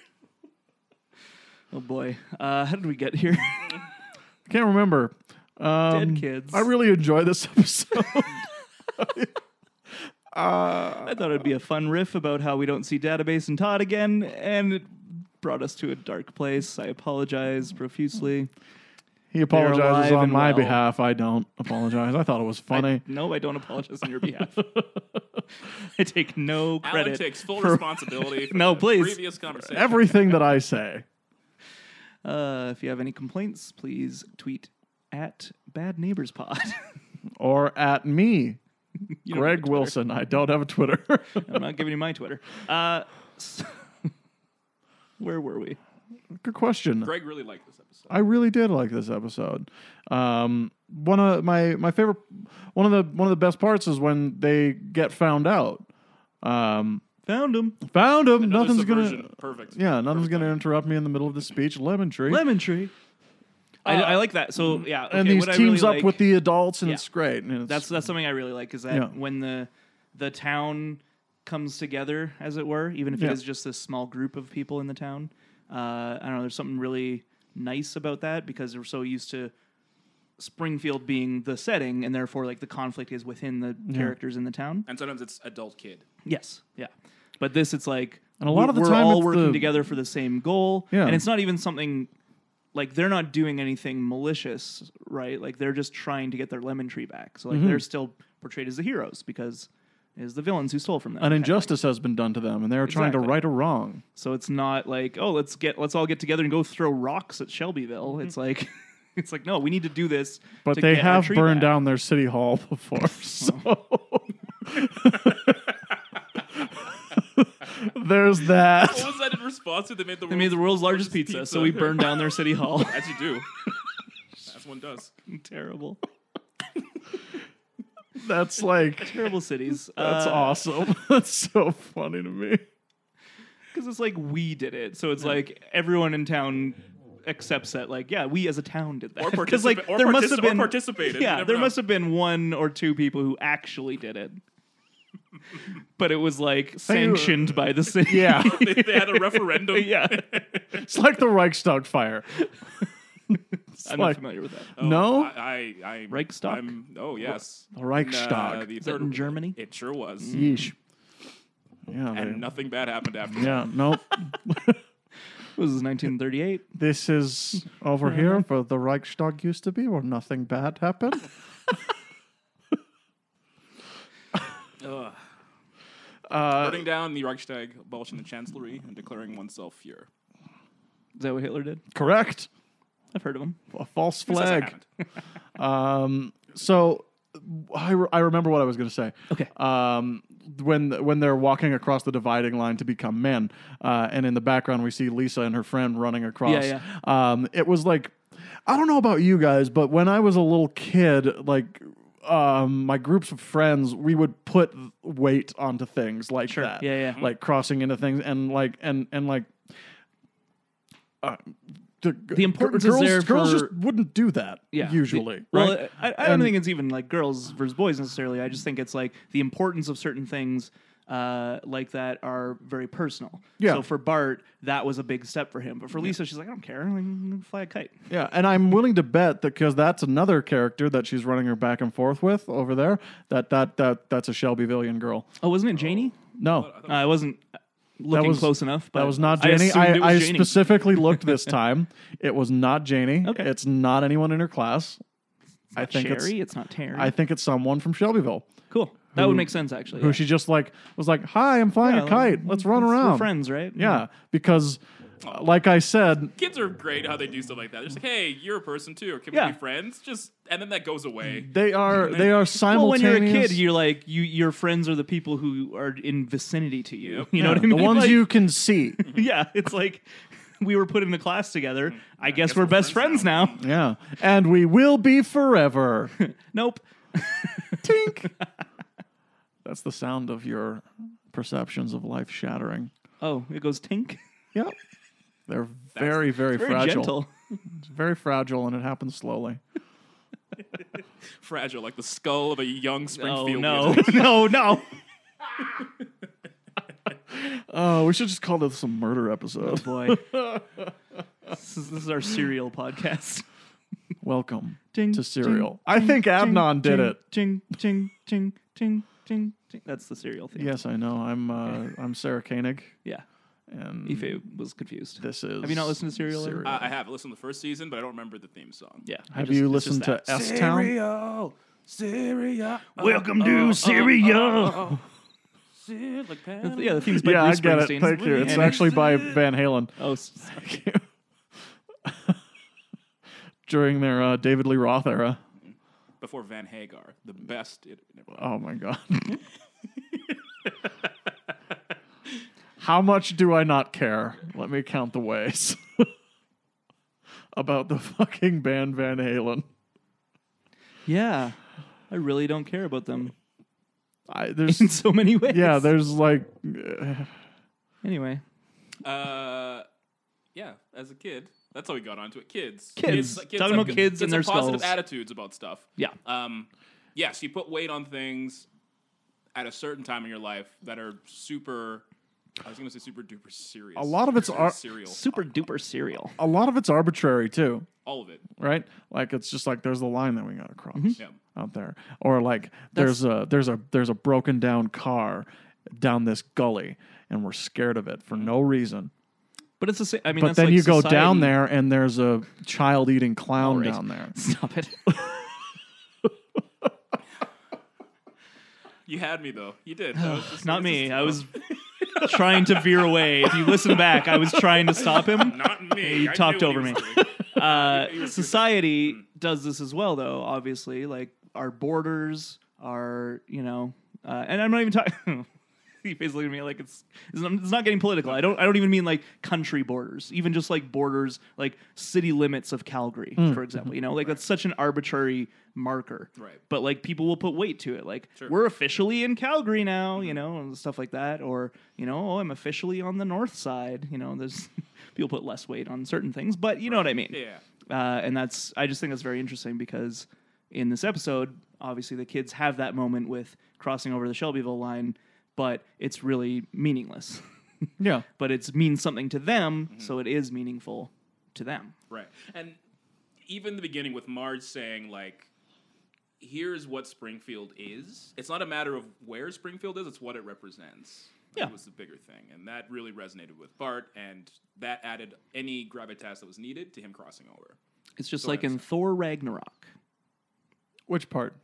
S2: Oh boy, uh, how did we get here?
S1: can't remember. Um,
S2: kids.
S1: I really enjoy this episode.
S2: I thought it'd be a fun riff about how we don't see Database and Todd again, and it brought us to a dark place. I apologize profusely.
S1: He apologizes
S2: alive
S1: on
S2: and
S1: my
S2: well.
S1: behalf. I don't apologize. I thought it was funny.
S2: No, I don't apologize on your behalf. I take no
S3: Alan
S2: credit.
S3: takes full
S2: for-
S3: responsibility for
S2: No,
S3: the
S2: please.
S3: previous conversation.
S1: Everything that I say.
S2: Uh, if you have any complaints, please tweet at Bad Neighbors Pod.
S1: Or at me
S2: You don't have a
S1: Greg
S2: Twitter.
S1: Wilson. I don't have a Twitter.
S2: I'm not giving you my Twitter. Uh, so- where were we?
S1: Good question.
S3: Greg really liked this episode.
S2: Uh,
S1: I really did like this episode. Um, one of my my favorite, one of the one of the best parts is when they get found out. Um,
S2: Found him.
S1: found them.
S3: Another
S1: Nothing's
S3: subversion.
S1: gonna.
S3: perfect.
S1: Yeah, nothing's
S3: Perfect
S1: gonna
S3: timing.
S1: interrupt me in the middle of the speech. Lemon tree.
S2: Lemon tree. I,
S3: Uh,
S2: I like that. So yeah, okay,
S1: and these
S2: what I
S1: teams
S2: really
S1: up
S2: like-
S1: with the adults, and
S2: Yeah.
S1: it's great. And it's,
S2: That's that's something I really like is that
S1: Yeah.
S2: when the the town comes together, as it were, even if
S1: Yeah.
S2: it is just this small group of people in the town. Uh, I don't know. There's something really nice about that because we're so used to Springfield being the setting, and therefore like the conflict is within the characters in the town.
S3: And sometimes it's adult kid.
S2: Yes, yeah. But this, it's like
S1: And a lot
S2: we-
S1: of the
S2: we're
S1: time
S2: all
S1: it's
S2: working
S1: the-
S2: together for the same goal,
S1: Yeah.
S2: and it's not even something like they're not doing anything malicious, right? Like they're just trying to get their lemon tree back. So like
S1: Mm-hmm.
S2: they're still portrayed as the heroes because it is the villains who stole from
S1: an
S2: them. kind of thing.
S1: injustice has been done to them, and they're trying to
S2: Exactly.
S1: right a wrong.
S2: So it's not like oh let's get let's all get together and go throw rocks at Shelbyville. It's like it's like no, we need to do this.
S1: Mm-hmm. But
S2: to
S1: they
S2: get our
S1: have
S2: tree
S1: burned
S2: back.
S1: down their city hall before, so there's
S3: What
S1: that.
S3: was that in response to? They made the
S2: They made the world's largest pizza, so we burned down their city hall.
S3: As you do. As one does.
S2: Terrible.
S1: That's like
S2: Terrible cities.
S1: that's
S2: Uh,
S1: awesome. That's so funny to me.
S2: Because it's like we did it, so it's like everyone in town accepts that. Like, yeah, we as a town did that.
S3: Or
S2: 'Cause,
S3: participa- or partici- or participated, you
S2: Yeah,
S3: never
S2: there
S3: know.
S2: must have been one or two people who actually did it, but it was like sanctioned by
S3: uh,
S2: the city.
S1: Yeah,
S3: They, they had a referendum.
S2: yeah.
S1: it's like the Reichstag fire.
S2: I'm
S1: like-
S2: not familiar with that.
S3: Oh,
S1: No?
S3: I, I, I
S2: Reichstag?
S3: I'm, oh yes,
S1: The Reichstag.
S3: the
S2: Is that
S3: third-
S2: in Germany?
S3: It sure was,
S1: Yeesh. Yeah,
S3: and
S1: they,
S3: nothing bad happened after.
S1: yeah. Nope.
S2: This is 1938.
S1: This is over here where the Reichstag used to be, where nothing bad happened.
S3: that. Ugh.
S1: Uh,
S3: Burning down the Reichstag, abolishing the Chancellery, and declaring oneself Fuhrer.
S2: Is that what Hitler did?
S1: correct.
S2: I've heard of him.
S1: A false
S3: Who says that
S1: flag.
S3: happened?
S1: Um, so I, re- I remember what I was going to say.
S2: Okay.
S1: Um, when when they're walking across the dividing line to become men, uh, and in the background we see Lisa and her friend running across.
S2: Yeah,
S1: Um, it was like I don't know about you guys, but when I was a little kid, like. Um, my groups of friends, we would put weight onto things like that,
S2: Yeah, Mm-hmm. yeah.
S1: like crossing into things, and like and and like uh, the,
S2: The importance is
S1: girls,
S2: there
S1: girls
S2: for-
S1: just wouldn't do that
S2: Yeah.
S1: usually.
S2: The- well,
S1: right?
S2: I, I don't
S1: And-
S2: think it's even like girls versus boys necessarily. I just think it's like the importance of certain things uh, like that are very personal.
S1: Yeah.
S2: So for Bart, that was a big step for him. But for Lisa, she's like, I don't care. Like, I'm gonna fly a kite.
S1: Yeah, and I'm willing to bet that because that's another character that she's running her back and forth with over there. That that that that's a Shelbyvillian girl.
S2: Oh, wasn't it Janie?
S1: No,
S2: Uh, I wasn't looking
S1: was-
S2: close enough. But
S1: that was not
S2: I
S1: Janie.
S2: assumed
S1: I,
S2: it was
S1: I
S2: Janie.
S1: specifically looked this time. It was not Janie.
S2: Okay.
S1: it's not anyone in her class. I
S2: Not
S1: think
S2: Sherry.
S1: it's
S2: It's, not Terry.
S1: I think it's someone from Shelbyville
S2: cool. That would make sense actually.
S1: who
S2: yeah.
S1: she just like was like, "Hi, I'm flying
S2: Yeah,
S1: a
S2: like,
S1: kite. Let's run
S2: we're
S1: around."
S2: friends, right?
S1: Yeah, because uh, like I said,
S3: Kids are great how they do stuff like that. They're just like, hey, you're a person too, or can
S2: Yeah.
S3: we be friends? Just and then that goes away.
S1: they are they are
S2: Well,
S1: simultaneous.
S2: when you're a kid, you're like you. Your friends are the people who are in vicinity to you.
S3: Yep.
S2: You know
S1: Yeah,
S2: what I mean?
S1: the ones
S2: Like-
S1: you can see.
S2: yeah, it's like we were put in a class together. Hmm. I, guess, we're, best friends, now.
S1: Yeah. And we will be forever.
S2: Nope.
S1: Tink. That's the sound of your perceptions of life shattering.
S2: Oh, it goes tink.
S1: Yep. They're very, very,
S2: Very
S1: fragile.
S2: gentle.
S1: It's very fragile and it happens slowly.
S3: Fragile, like the skull of a young
S2: Oh
S3: Springfield.
S2: no, no, no.
S1: Oh, we should just call this a murder episode.
S2: Boy, this is, this is our serial podcast.
S1: Welcome
S2: Ting,
S1: to Serial. I think Adnan did it.
S2: Ting, ting, ting, ting, ting, ting. That's the serial thing.
S1: Yes, I know. I'm uh, I'm Sarah Koenig
S2: Yeah.
S1: and
S2: Ife was confused.
S1: this is
S2: Have you not listened to Serial ever?
S1: Serial.
S3: Uh, I have listened to the first season, but I don't remember the theme song.
S2: yeah. I
S1: Have
S2: just-
S1: you
S2: it's just
S1: listened to
S2: that.
S1: S Town?
S3: Cereal, cereal,
S4: Welcome to Syria.
S2: Yeah, the theme's by
S1: Yeah, I
S2: Bruce
S1: get it.
S2: Springsteen.
S1: Thank you. It's
S2: And-
S1: actually by Van Halen.
S2: oh, s-
S1: during their uh, David Lee Roth era.
S3: before Van Hagar, the best. It, never mind.
S1: Oh my god. How much do I not care? Let me count the ways. About the fucking band Van Halen.
S2: Yeah. I really don't care about them
S1: I there's
S2: in so many ways.
S1: yeah, there's like uh,
S2: Anyway,
S3: Uh, yeah, as a kid, that's how we got onto it. Kids,
S2: Kids.
S3: like,
S2: Talking
S3: have
S2: about
S3: good-
S2: kids and
S3: have
S2: their
S3: positive
S2: skulls.
S3: attitudes about stuff.
S2: yeah.
S3: Um, yes, you put weight on things at a certain time in your life that are super. I was going to say super duper serious.
S1: A lot of it's ar-
S3: serial.
S2: Super duper cereal.
S1: a lot of it's arbitrary too,
S3: All of it.
S1: right? Like it's just like there's the line that we got to cross
S3: Yeah.
S1: out there. Or like there's a there's a there's a broken down car down this gully and we're scared of it for no reason.
S2: But it's the same. I mean,
S1: But
S2: that's
S1: then
S2: like
S1: you go
S2: society.
S1: down there and there's a child eating clown
S2: Alright.
S1: down there.
S2: Stop it.
S3: You had me though. You did. That was just-
S2: Not
S3: this
S2: me.
S3: is-
S2: I was trying to veer away. If you listen back, I was trying to stop him.
S3: Not me.
S2: You
S3: I
S2: talked
S3: knew what
S2: over
S3: he was doing.
S2: Uh, society
S3: Mm-hmm.
S2: does this as well, though. Obviously, like our borders are, you know, uh, and I'm not even talking. He face looking at me like it's it's not, it's not getting political. I don't I don't even mean like country borders, even just like borders like city limits of Calgary, for example. You know, like that's such an arbitrary marker.
S3: Right.
S2: But like people will put weight to it. Like we're officially in Calgary now,
S3: Mm-hmm.
S2: you know, and stuff like that. Or you know, oh, I'm officially on the north side. You know, there's people put less weight on certain things, but you know what I mean
S3: yeah.
S2: uh, and that's I just think that's very interesting because in this episode, obviously the kids have that moment with crossing over the Shelbyville line, but it's really meaningless.
S1: Yeah.
S2: but it means something to them,
S3: Mm-hmm.
S2: so it is meaningful to them.
S3: Right. And even the beginning with Marge saying, like, here's what Springfield is. It's not a matter of where Springfield is, it's what it represents.
S2: Yeah.
S3: That was the bigger thing. And that really resonated with Bart, and that added any gravitas that was needed to him crossing over.
S2: It's just
S3: So
S2: like in Thor Ragnarok.
S1: Which part?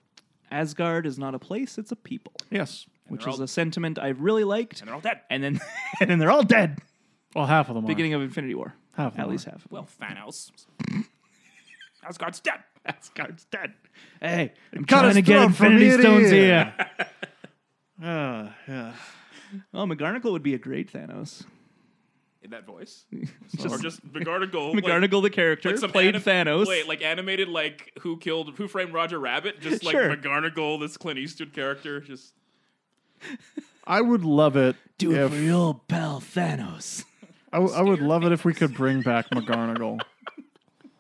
S2: Asgard is not a place, it's a people,
S1: Yes.
S2: which
S3: they're
S2: is
S3: all-
S2: a sentiment I really liked.
S3: And they're all dead.
S2: And then and then they're all dead.
S1: Well, half of them. Are.
S2: Beginning of Infinity War.
S1: Half of
S2: At
S1: them
S2: least
S1: are.
S2: half.
S3: Well, Thanos. Asgard's dead.
S2: Asgard's dead. Hey, I'm
S1: Cut
S2: trying
S1: his
S2: to get
S1: throat from
S2: Infinity
S1: ear to
S2: Stones
S1: ear.
S2: here.
S1: Uh, yeah.
S2: Oh, McGarnacle would be a great Thanos.
S3: In that voice.
S2: Just-
S3: or just McGarnacle. like-
S2: McGarnagle, the character,
S3: like some
S2: played
S3: anim-
S2: Thanos.
S3: Wait, like animated, like who killed, who framed Roger Rabbit? Just like
S2: Sure.
S3: McGarnagle, this Clint Eastwood character. Just
S1: I would love it.
S2: Do it
S1: if,
S2: for your old pal Thanos.
S1: I, w- I would love it if we could bring back McGarnagle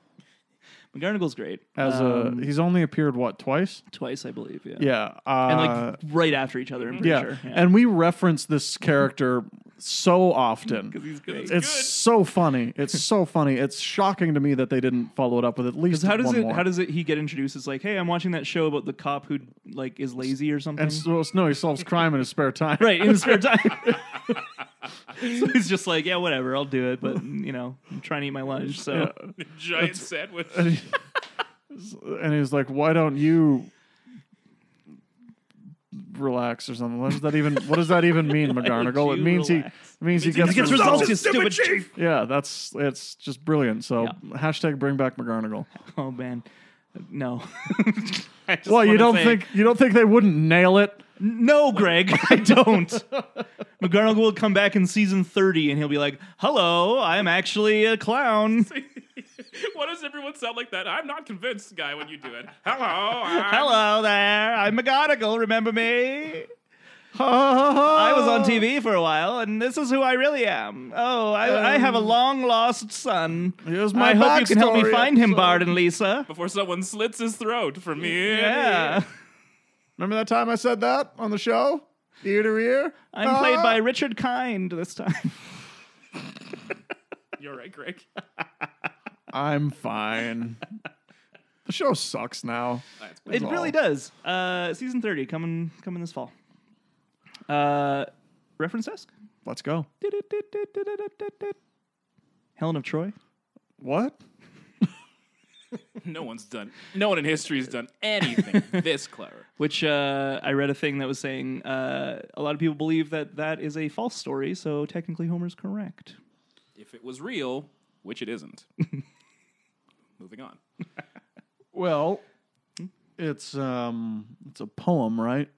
S2: McGarnagle's great.
S1: as
S2: Um,
S1: a. He's only appeared what twice?
S2: twice, I believe. Yeah.
S1: Yeah. Uh,
S2: And like right after each other, I'm pretty
S1: yeah.
S2: sure.
S1: And we reference this character so often.
S2: because he's great.
S1: It's
S3: Good.
S1: so funny. It's so funny. It's shocking to me that they didn't follow it up with at least
S2: how does
S1: one
S2: it?
S1: more.
S2: How does it? He get introduced as like, hey, I'm watching that show about the cop who like is lazy or something.
S1: and so, no, he solves crime in his spare time.
S2: right in his spare time. so he's just like, yeah, whatever, I'll do it. But you know, I'm trying to eat my lunch. So
S3: giant sandwich.
S1: and he's like, "Why don't you relax or something?" What does that even What does that even mean, McGarnagle? It
S2: you
S1: means
S2: relax?
S1: he it means he
S2: he
S1: gets,
S2: gets
S1: results.
S2: results, you stupid chief.
S1: Yeah, that's it's just brilliant. So hashtag bring back McGarnagle.
S2: Oh man, no. I just
S1: Well, you
S2: wanna
S1: don't
S2: say-
S1: think you don't think they wouldn't nail it?
S2: No, Greg, I don't. McGonagall will come back in season 30 and he'll be like, hello, I'm actually a clown.
S3: Why does everyone sound like that? I'm not convinced, guy, when you do it. Hello. I'm-
S2: Hello there, I'm McGonagall, remember me? I
S1: I
S2: was on
S1: Oh.
S2: TV for a while and this is who I really am. Oh, I, I have a long lost son.
S1: Here's Um, my
S2: I hope you can help me
S1: backstory.
S2: find him, Bard and Lisa.
S3: Before someone slits his throat for me.
S2: Yeah.
S1: Remember that time I said that on the show, ear to ear.
S2: I'm played by
S1: Ah.
S2: Richard Kind this time.
S3: You're right, Greg.
S1: Ah. I'm fine. the show sucks now.
S3: That's
S2: It really does. Uh, season 30 coming coming this fall. Uh, reference desk?
S1: Let's go.
S2: Helen of Troy.
S1: What?
S3: no one's done. No one in history has done anything this clever.
S2: Which uh, I read a thing that was saying uh, a lot of people believe that that is a false story, so technically Homer's correct.
S3: If it was real, which it isn't. Moving on.
S1: Well, It's um, it's a poem, right?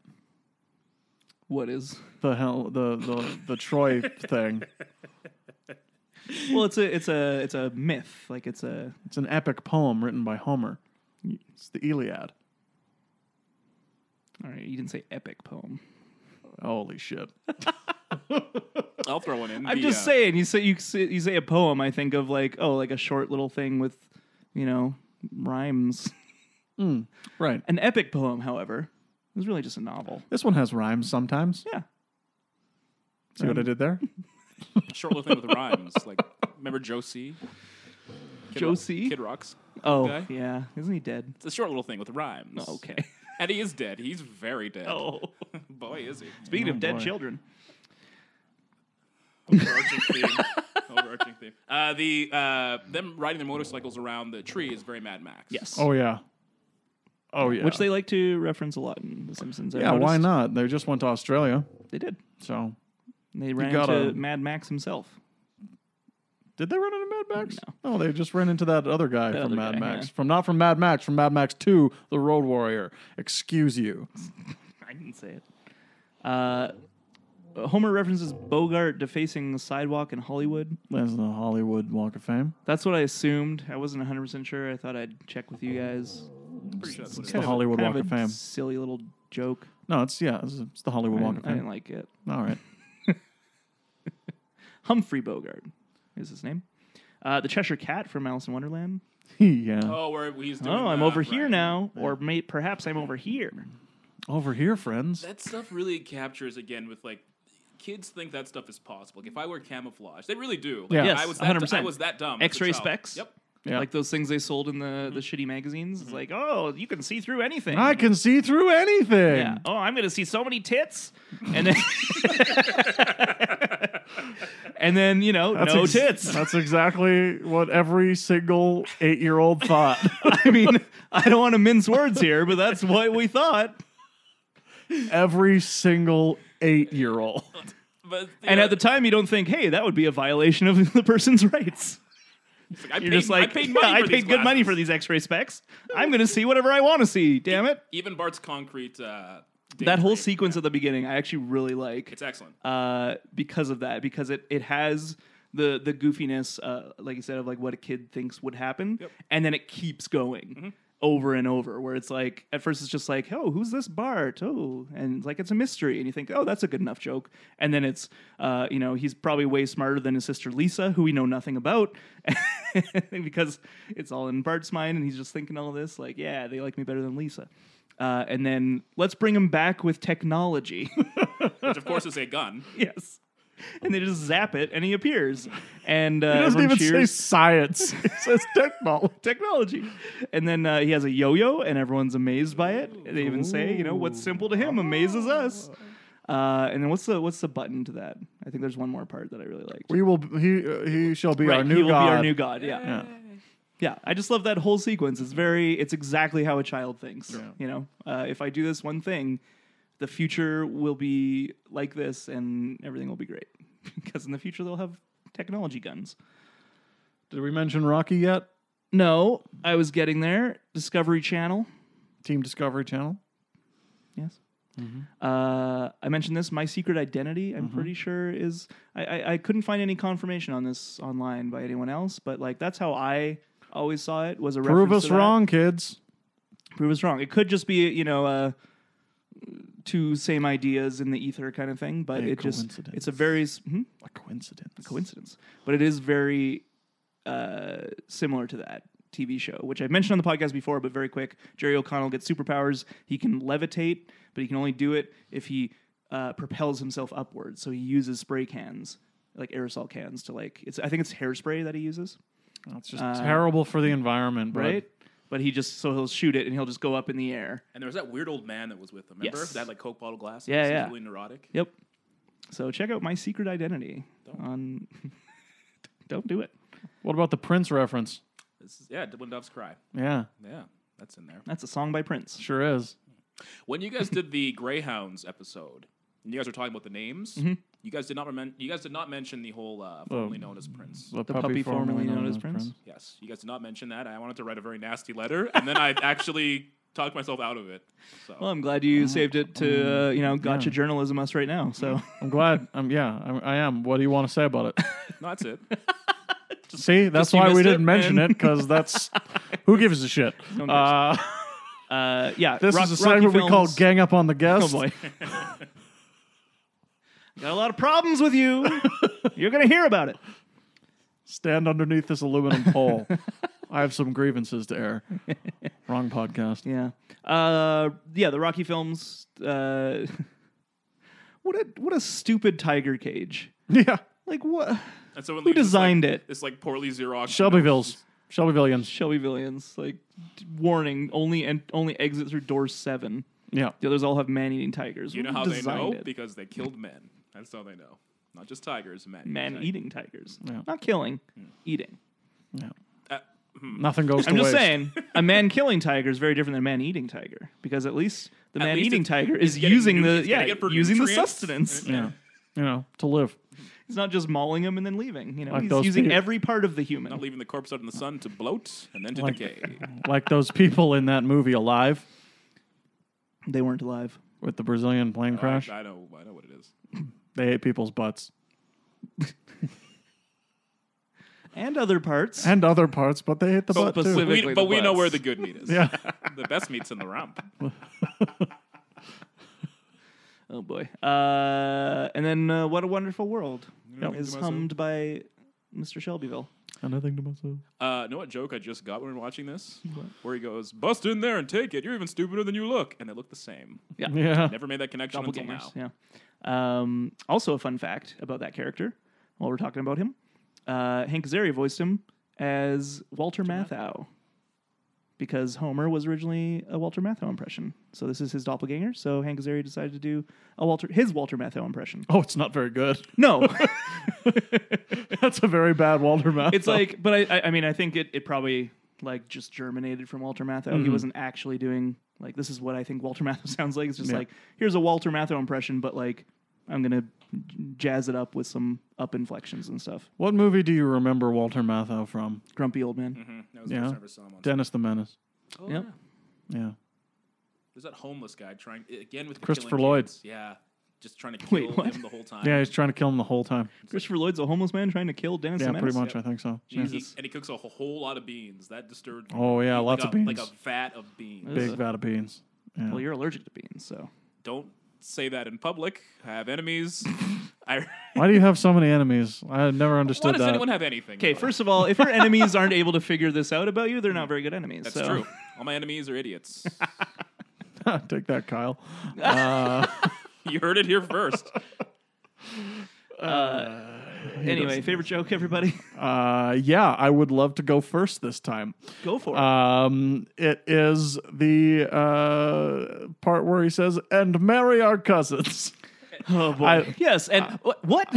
S2: What is?
S1: The hell, the the the Troy thing.
S2: Well, it's a it's a it's a myth. Like it's a
S1: It's an epic poem written by Homer. It's the Iliad.
S2: all right. You didn't say epic poem.
S1: Holy shit!
S3: I'll throw one in.
S2: I'm
S3: The,
S2: just
S3: uh,
S2: saying. You say you say, you say a poem. I think of like oh like a short little thing with you know rhymes.
S1: Right.
S2: An epic poem, however, is really just a novel.
S1: This one has rhymes sometimes.
S2: Yeah.
S1: See what I did there?
S3: short little thing with rhymes. Like, remember Josie? Kid
S2: Joe
S3: Rock-
S2: C?
S3: Kid Rock's.
S2: Oh
S3: guy?
S2: yeah. Isn't he dead?
S3: It's a short little thing with rhymes.
S2: Oh, Okay.
S3: And he is dead. He's very dead.
S2: Oh.
S3: Boy, is he.
S2: Speaking of dead
S1: boy.
S2: children.
S3: Overarching theme. Overarching theme. Uh, the, uh, them riding their motorcycles around the tree is very Mad Max.
S2: Yes.
S1: Oh yeah. Oh yeah.
S2: Which they like to reference a lot in The Simpsons. I
S1: Yeah. Why
S2: noticed.
S1: not? They just went to Australia,
S2: They did.
S1: so
S2: They ran
S1: gotta-
S2: into Mad Max himself.
S1: Did they run into Mad Max? No, they just ran into that other guy from
S2: other
S1: Mad
S2: guy,
S1: Max.
S2: yeah.
S1: From not from Mad Max, from Mad Max 2, The Road Warrior. Excuse you.
S2: I didn't say it. Uh, Homer references Bogart defacing the sidewalk in Hollywood.
S1: That's the Hollywood Walk of Fame.
S2: That's what I assumed. I wasn't 100% sure. I thought I'd check with you guys.
S3: I'm pretty sure that's what
S1: It's
S3: it
S1: the
S3: is.
S1: Hollywood
S2: Kind
S1: Walk of
S2: a
S1: Fame.
S2: silly little joke.
S1: No, it's yeah, it's, it's the Hollywood
S2: I
S1: Walk of
S2: didn't, I didn't
S1: Fame.
S2: like it.
S1: All right.
S2: Humphrey Bogart is his name. Uh, the Cheshire Cat from Alice in Wonderland.
S1: yeah.
S3: Oh, where he's doing.
S2: Oh, I'm
S3: uh,
S2: over here
S3: right.
S2: now, or may, perhaps I'm over here.
S1: Over here, friends.
S3: That stuff really captures again with like kids think that stuff is possible. Like, if I wear camouflage, they really do. Like,
S1: Yeah.
S2: Yes,
S3: I was that,
S2: 100%.
S3: I was that dumb. as a
S2: X-ray
S3: child.
S2: specs?
S3: Yep.
S1: Yeah.
S2: Like those things they sold in the, the shitty magazines. It's like, oh, you can see through anything.
S1: I can see through anything.
S2: Yeah. Oh, I'm gonna see so many tits, and then and then you know
S1: That's
S2: no
S1: ex-
S2: tits.
S1: That's exactly what every single eight-year-old thought.
S2: I mean, I don't want to mince words here, but that's what we thought.
S1: every single eight-year-old.
S3: But
S2: And at the time, you don't think, hey, that would be a violation of the person's rights.
S3: time, I
S2: You're
S3: paid-
S2: just like,
S3: I paid,
S2: "Yeah,
S3: money
S2: I
S3: for
S2: paid
S3: these
S2: good money for
S3: glasses."
S2: these X-ray specs. I'm gonna see whatever I want to see. Damn it!
S3: Even Bart's concrete. Uh, date
S2: That whole
S3: rape,
S2: sequence at the beginning, I actually really like.
S3: It's excellent.
S2: uh, because of that because it it has the the goofiness uh, like you said of like what a kid thinks would happen
S3: Yep.
S2: and then it keeps going over and over where it's like at first it's just like oh who's this bart oh and like it's a mystery and you think oh that's a good enough joke and then it's uh, you know he's probably way smarter than his sister lisa who we know nothing about because it's all in bart's mind and he's just thinking all this like yeah they like me better than lisa uh, and then let's bring him back with technology
S3: Which of course is a gun.
S2: Yes. And they just zap it, and he appears. And uh,
S1: It doesn't
S2: everyone
S1: even
S2: cheers,
S1: say science. It says technology.
S2: technology. And then uh, he has a yo-yo, and everyone's amazed by it. They even say, you know, what's simple to him amazes us. Uh, and then what's the what's the button to that? I think there's one more part that I really liked.
S1: We will. He uh, he shall be our
S2: Right,
S1: new
S2: he will
S1: god.
S2: be our new god. Yeah. yeah, I just love that whole sequence. It's very, it's exactly how a child thinks. You know, uh, if I do this one thing, the future will be like this, and everything will be great because in the future they'll have technology guns.
S1: Did we mention Rocky yet?
S2: No, I was getting there. Discovery Channel.
S1: Team Discovery Channel.
S2: Yes. Uh, I mentioned this. My secret identity.
S1: Mm-hmm.
S2: I'm pretty sure is. I, I I couldn't find any confirmation on this online by anyone else, but like that's how I always saw it. Was a
S1: Prove
S2: reference
S1: us
S2: to that.
S1: wrong, kids.
S2: prove us wrong. It could just be you know uh, two same ideas in the ether kind of thing, but
S1: A
S2: it just
S1: coincidence.
S2: it's a very s- hmm?
S1: A coincidence.
S2: coincidence, but it is very uh, similar to that TV show, which I've mentioned on the podcast before. But very quick, Jerry O'Connell gets superpowers. He can levitate, but he can only do it if he uh, propels himself upwards. So he uses spray cans. Like aerosol cans to like, it's I think it's hairspray that he uses
S1: It's just terrible for the environment, bud.
S2: Uh, right? But he just so he'll shoot it and he'll just go up in the air.
S3: And there was that weird old man that was with them. Remember
S2: Yes.
S3: that like Coke bottle glass?
S2: Yeah,
S3: He was
S2: yeah.
S3: Really neurotic.
S2: Yep. So check out my secret identity on. Don't do it.
S1: What about the Prince reference?
S3: This is, yeah, When Doves Cry.
S1: Yeah,
S3: Yeah, that's in there.
S2: That's a song by Prince.
S1: sure is.
S3: When you guys did the Greyhounds episode, and you guys were talking about the names.
S2: Mm-hmm.
S3: You guys did not remember. You guys did not mention the whole uh,
S2: Um,
S3: formerly known as Prince.
S2: The puppy formerly known as Prince.
S3: Yes, you guys did not mention that. I wanted to write a very nasty letter, and then I actually talked myself out of it. So
S2: Well, I'm glad you saved it to uh, you know gotcha journalism us right now. So
S1: I'm glad. I'm yeah. I'm, I am. What do you want to say about it?
S3: no, that's it.
S1: See, that's
S2: you
S1: why we
S2: missed it,
S1: didn't mention
S2: man.
S1: it because that's who gives a shit.
S2: Don't give a
S1: Uh,
S2: uh, yeah,
S1: this
S2: Rock-
S1: is a
S2: Rocky
S1: segment we call
S2: Films-
S1: "Gang Up on the Guest."
S2: Oh boy. Got a lot of problems with you. You're gonna hear about it.
S1: Stand underneath this aluminum pole. I have some grievances to air. Wrong podcast.
S2: Yeah. Uh, yeah, the Rocky films. Uh, what a what a stupid tiger cage.
S1: Yeah,
S2: Like what?
S3: And so
S2: Who designed
S3: like,
S2: it?
S3: It's like poorly Xerox.
S1: Shelbyville's. Shelbyvillians.
S2: Shelby Villians. Like d- warning. Only and only exit through door seven.
S1: Yeah.
S2: The others all have man eating tigers.
S3: You know
S2: Who
S3: how they
S2: designed
S3: know
S2: it?
S3: because they killed men. That's how they know. Not just tigers, men.
S2: man
S3: Like,
S2: eating tigers.
S1: Yeah.
S2: Not killing, eating.
S3: uh,
S1: Nothing goes
S2: I'm
S1: to
S2: just
S1: waste.
S2: saying, a man killing tiger is very different than a man eating tiger because at least the
S3: At
S2: man
S3: least
S2: eating
S3: it's-
S2: tiger
S3: it's
S2: is
S3: getting
S2: using
S3: nu-
S2: the
S3: it's
S2: yeah
S3: getting it for
S2: using the
S3: nutrients.
S2: sustenance.
S1: Yeah. You know, to live.
S2: He's not just mauling him and then leaving. You know,
S1: Like
S2: he's
S1: those
S2: using
S1: people-
S2: every part of the human.
S3: Not leaving the corpse out in the sun to bloat and then to
S1: Like-
S3: decay.
S1: Like those people in that movie Alive
S2: They weren't alive.
S1: with the Brazilian
S2: Oh,
S1: plane crash.
S3: I, I know. I know what it is.
S1: They ate people's butts
S2: And other parts.
S1: and other parts, but they ate the
S2: Oh,
S1: butt
S3: But,
S1: too.
S2: specific-
S3: we,
S2: Specifically
S3: but
S2: the
S3: we know
S2: butts.
S3: where the good meat is.
S1: Yeah.
S3: the best meat's in the rump.
S2: oh boy. Uh, and then uh, What a Wonderful World
S1: Yep.
S2: is
S3: Do myself.
S2: hummed by Mr. Shelbyville.
S1: Nothing to myself.
S3: Uh, know what joke I just got when we were watching this? Where he goes, bust in there and take it. You're even stupider than you look. And they look the same.
S1: Yeah.
S3: Never made that connection until now.
S2: Doppelgangers. Yeah. Um, also, a fun fact about that character. While we're talking about him, uh, Hank Azaria voiced him as Walter Matthau, because Homer was originally a Walter Matthau impression. So this is his doppelganger. So Hank Azaria decided to do a Walter his Walter Matthau impression.
S1: Oh, it's not very good.
S2: No,
S1: That's a very bad Walter Matthau.
S2: it's like, but I, I, I mean, I think it, it probably like just germinated from Walter Matthau. He wasn't actually doing like this is what I think Walter Matthau sounds like. It's just
S1: Yeah.
S2: like here's a Walter Matthau impression, but like I'm gonna jazz it up with some up inflections and stuff.
S1: What movie do you remember Walter Matthau from?
S2: Grumpy old man.
S3: Mhm. That was the
S1: Yeah.
S3: first time I ever saw him on
S1: Dennis the Menace.
S3: Oh,
S2: Yep.
S3: yeah.
S1: Yeah.
S3: There's that homeless guy trying again with the
S1: Christopher
S3: killing
S1: Lloyd.
S3: kids. Yeah, just trying to kill
S2: Wait, what?
S3: him the whole time.
S1: Yeah, he's trying to kill him the whole time.
S2: Christopher Lloyd's a homeless man trying to kill Dennis.
S1: Yeah,
S2: the
S1: pretty
S2: Menace?
S1: much. I think so. Yeah.
S3: He-
S2: Jesus.
S3: and he cooks a wh- whole lot of beans. That disturbed. me.
S1: Oh, yeah,
S3: Like
S1: lots
S3: a-
S1: of beans.
S3: Like a vat of beans.
S1: Big vat of beans. Yeah.
S2: Well, you're allergic to beans, so
S3: Don't say that in public. I have enemies. I.
S1: Why do you have so many enemies? I never
S3: Why
S1: understood
S3: does
S1: that.
S3: anyone have anything?
S2: okay.
S3: though?
S2: First of all, if your enemies aren't able to figure this out about you, they're not very good enemies.
S3: that's
S2: so.
S3: true. All my enemies are idiots.
S1: Take that, Kyle.
S3: you heard it here first. Uh,
S2: Anyway, favorite joke, everybody.
S1: Uh, yeah, I would love to go first this time.
S2: Go for it.
S1: Um, it is the uh, part where he says, "And marry our cousins."
S2: oh boy.
S1: I- uh,
S2: yes, and wh- what?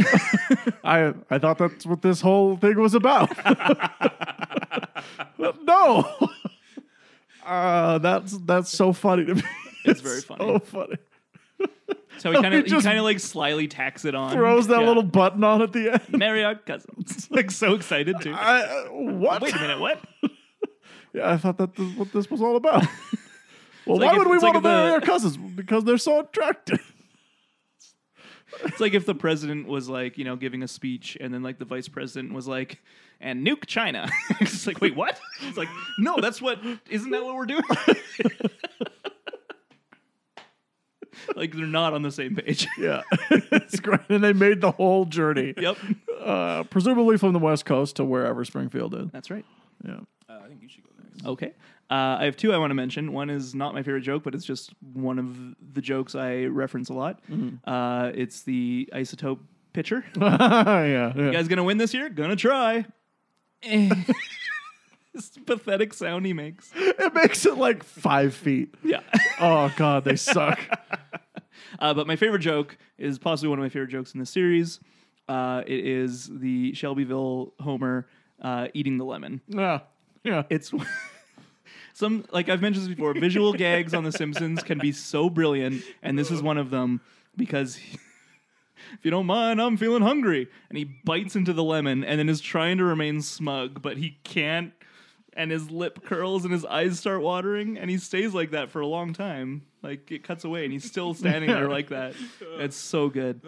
S1: I I thought that's what this whole thing was about. no, uh, that's that's so funny to me.
S2: It's very
S1: So
S2: funny.
S1: funny.
S2: So he kind of
S1: He
S2: he
S1: just
S2: kind of like slyly tacks it on.
S1: Throws that
S2: Yeah.
S1: little button on at the end.
S2: marry our cousins. like so excited too.
S1: I, uh, what?
S2: Wait a minute, what?
S1: Yeah, I thought that this, what this was all about. well,
S2: like
S1: why
S2: if-
S1: would we
S2: it's
S1: want
S2: like
S1: to
S2: if
S1: marry
S2: the-
S1: our cousins? Because they're so attractive.
S2: It's like if the president was like, you know, giving a speech and then like the vice president was like, and nuke China. it's like, wait, what? It's like, no, that's what isn't that what we're doing? like they're not on the same page.
S1: Yeah, it's great, and they made the whole journey,
S2: yep.
S1: uh, presumably from the west coast to wherever Springfield is.
S2: That's right.
S1: Yeah,
S3: Uh, I think you should go next.
S2: Okay. Uh, I have two I want to mention. One is not my favorite joke, but it's just one of the jokes I reference a lot. Uh, it's the isotope pitcher. you
S1: yeah, yeah.
S2: guys gonna win this year? Gonna try. Eh. this pathetic sound he makes.
S1: It makes it like five feet.
S2: Yeah.
S1: Oh god, they suck.
S2: Uh, but my favorite joke is possibly one of my favorite jokes in the series. Uh, it is the Shelbyville Homer uh, eating the lemon.
S1: yeah, yeah.
S2: It's some like I've mentioned this before. Visual gags on The Simpsons can be so brilliant, and this is one of them because. If you don't mind, I'm feeling hungry. And he bites into the lemon and then is trying to remain smug, but he can't and his lip curls and his eyes start watering and he stays like that for a long time like it cuts away and he's still standing there like that it's so good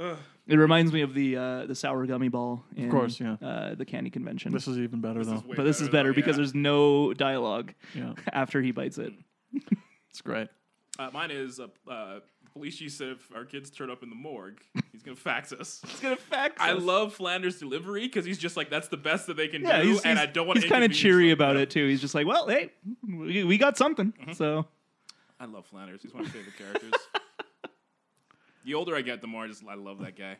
S2: it reminds me of the uh, the sour gummy ball in, of
S1: course, yeah.
S2: uh, the candy convention
S1: This is even better though.
S3: way
S2: but this is
S3: though,
S2: better because
S3: yeah.
S2: there's no dialogue
S1: Yeah.
S2: after he bites it
S1: it's great.
S3: Uh, mine is uh, uh, the police chief said if our kids turn up in the morgue, he's gonna fax us.
S2: it's gonna fact
S3: I love Flanders' delivery because he's just like that's the best that they can
S2: yeah,
S3: do,
S2: he's,
S3: and I don't want.
S2: He's kind of cheery about it too. He's just like, "Well, hey, we, we got something."
S3: Mm-hmm.
S2: So
S3: I love Flanders. He's one of my favorite characters. the older I get, the more I just I love that guy.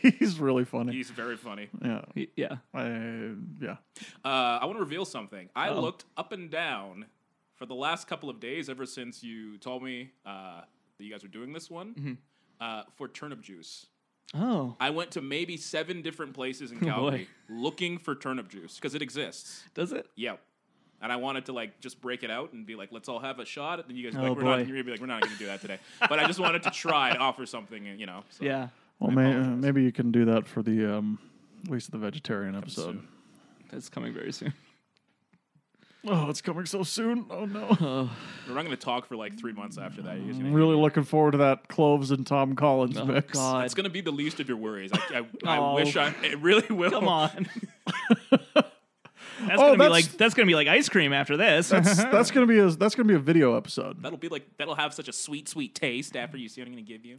S1: He's really funny.
S3: He's very funny.
S1: Yeah.
S2: y- yeah,
S1: I, yeah.
S3: Uh, I want to reveal something. I
S2: Oh.
S3: looked up and down for the last couple of days, ever since you told me uh, that you guys were doing this one,
S2: Mm-hmm.
S3: uh, for turnip juice.
S2: Oh,
S3: I went to maybe seven different places in Calgary looking for turnip juice because it exists.
S2: does it?
S3: Yep. And I wanted to like just break it out and be like, let's all have a shot. And you guys
S2: Oh,
S3: like, we're
S2: boy.
S3: not, you're gonna be like, we're not gonna do that today. But I just wanted to try and offer something, and, you know. So.
S2: Yeah.
S1: Well, may,
S3: apologize.
S1: maybe you can do that for the um, at least the vegetarian episode.
S3: soon.
S2: That's coming very soon.
S1: Oh, it's coming so soon. Oh no.
S3: We're not gonna talk for like three months after that. You're just
S1: I'm
S3: gonna,
S1: Mm, really looking forward to that Cloves and Tom Collins
S2: Oh
S1: mix.
S2: God,
S3: it's gonna be the least of your worries. I, I, I
S2: Oh.
S3: wish I it really will.
S2: come on. that's
S1: Oh,
S2: gonna be
S1: that's-
S2: like that's gonna be like ice cream after this.
S1: That's that's gonna be a that's gonna be a video episode.
S3: That'll be like that'll have such a sweet, sweet taste after you see what I'm gonna give you.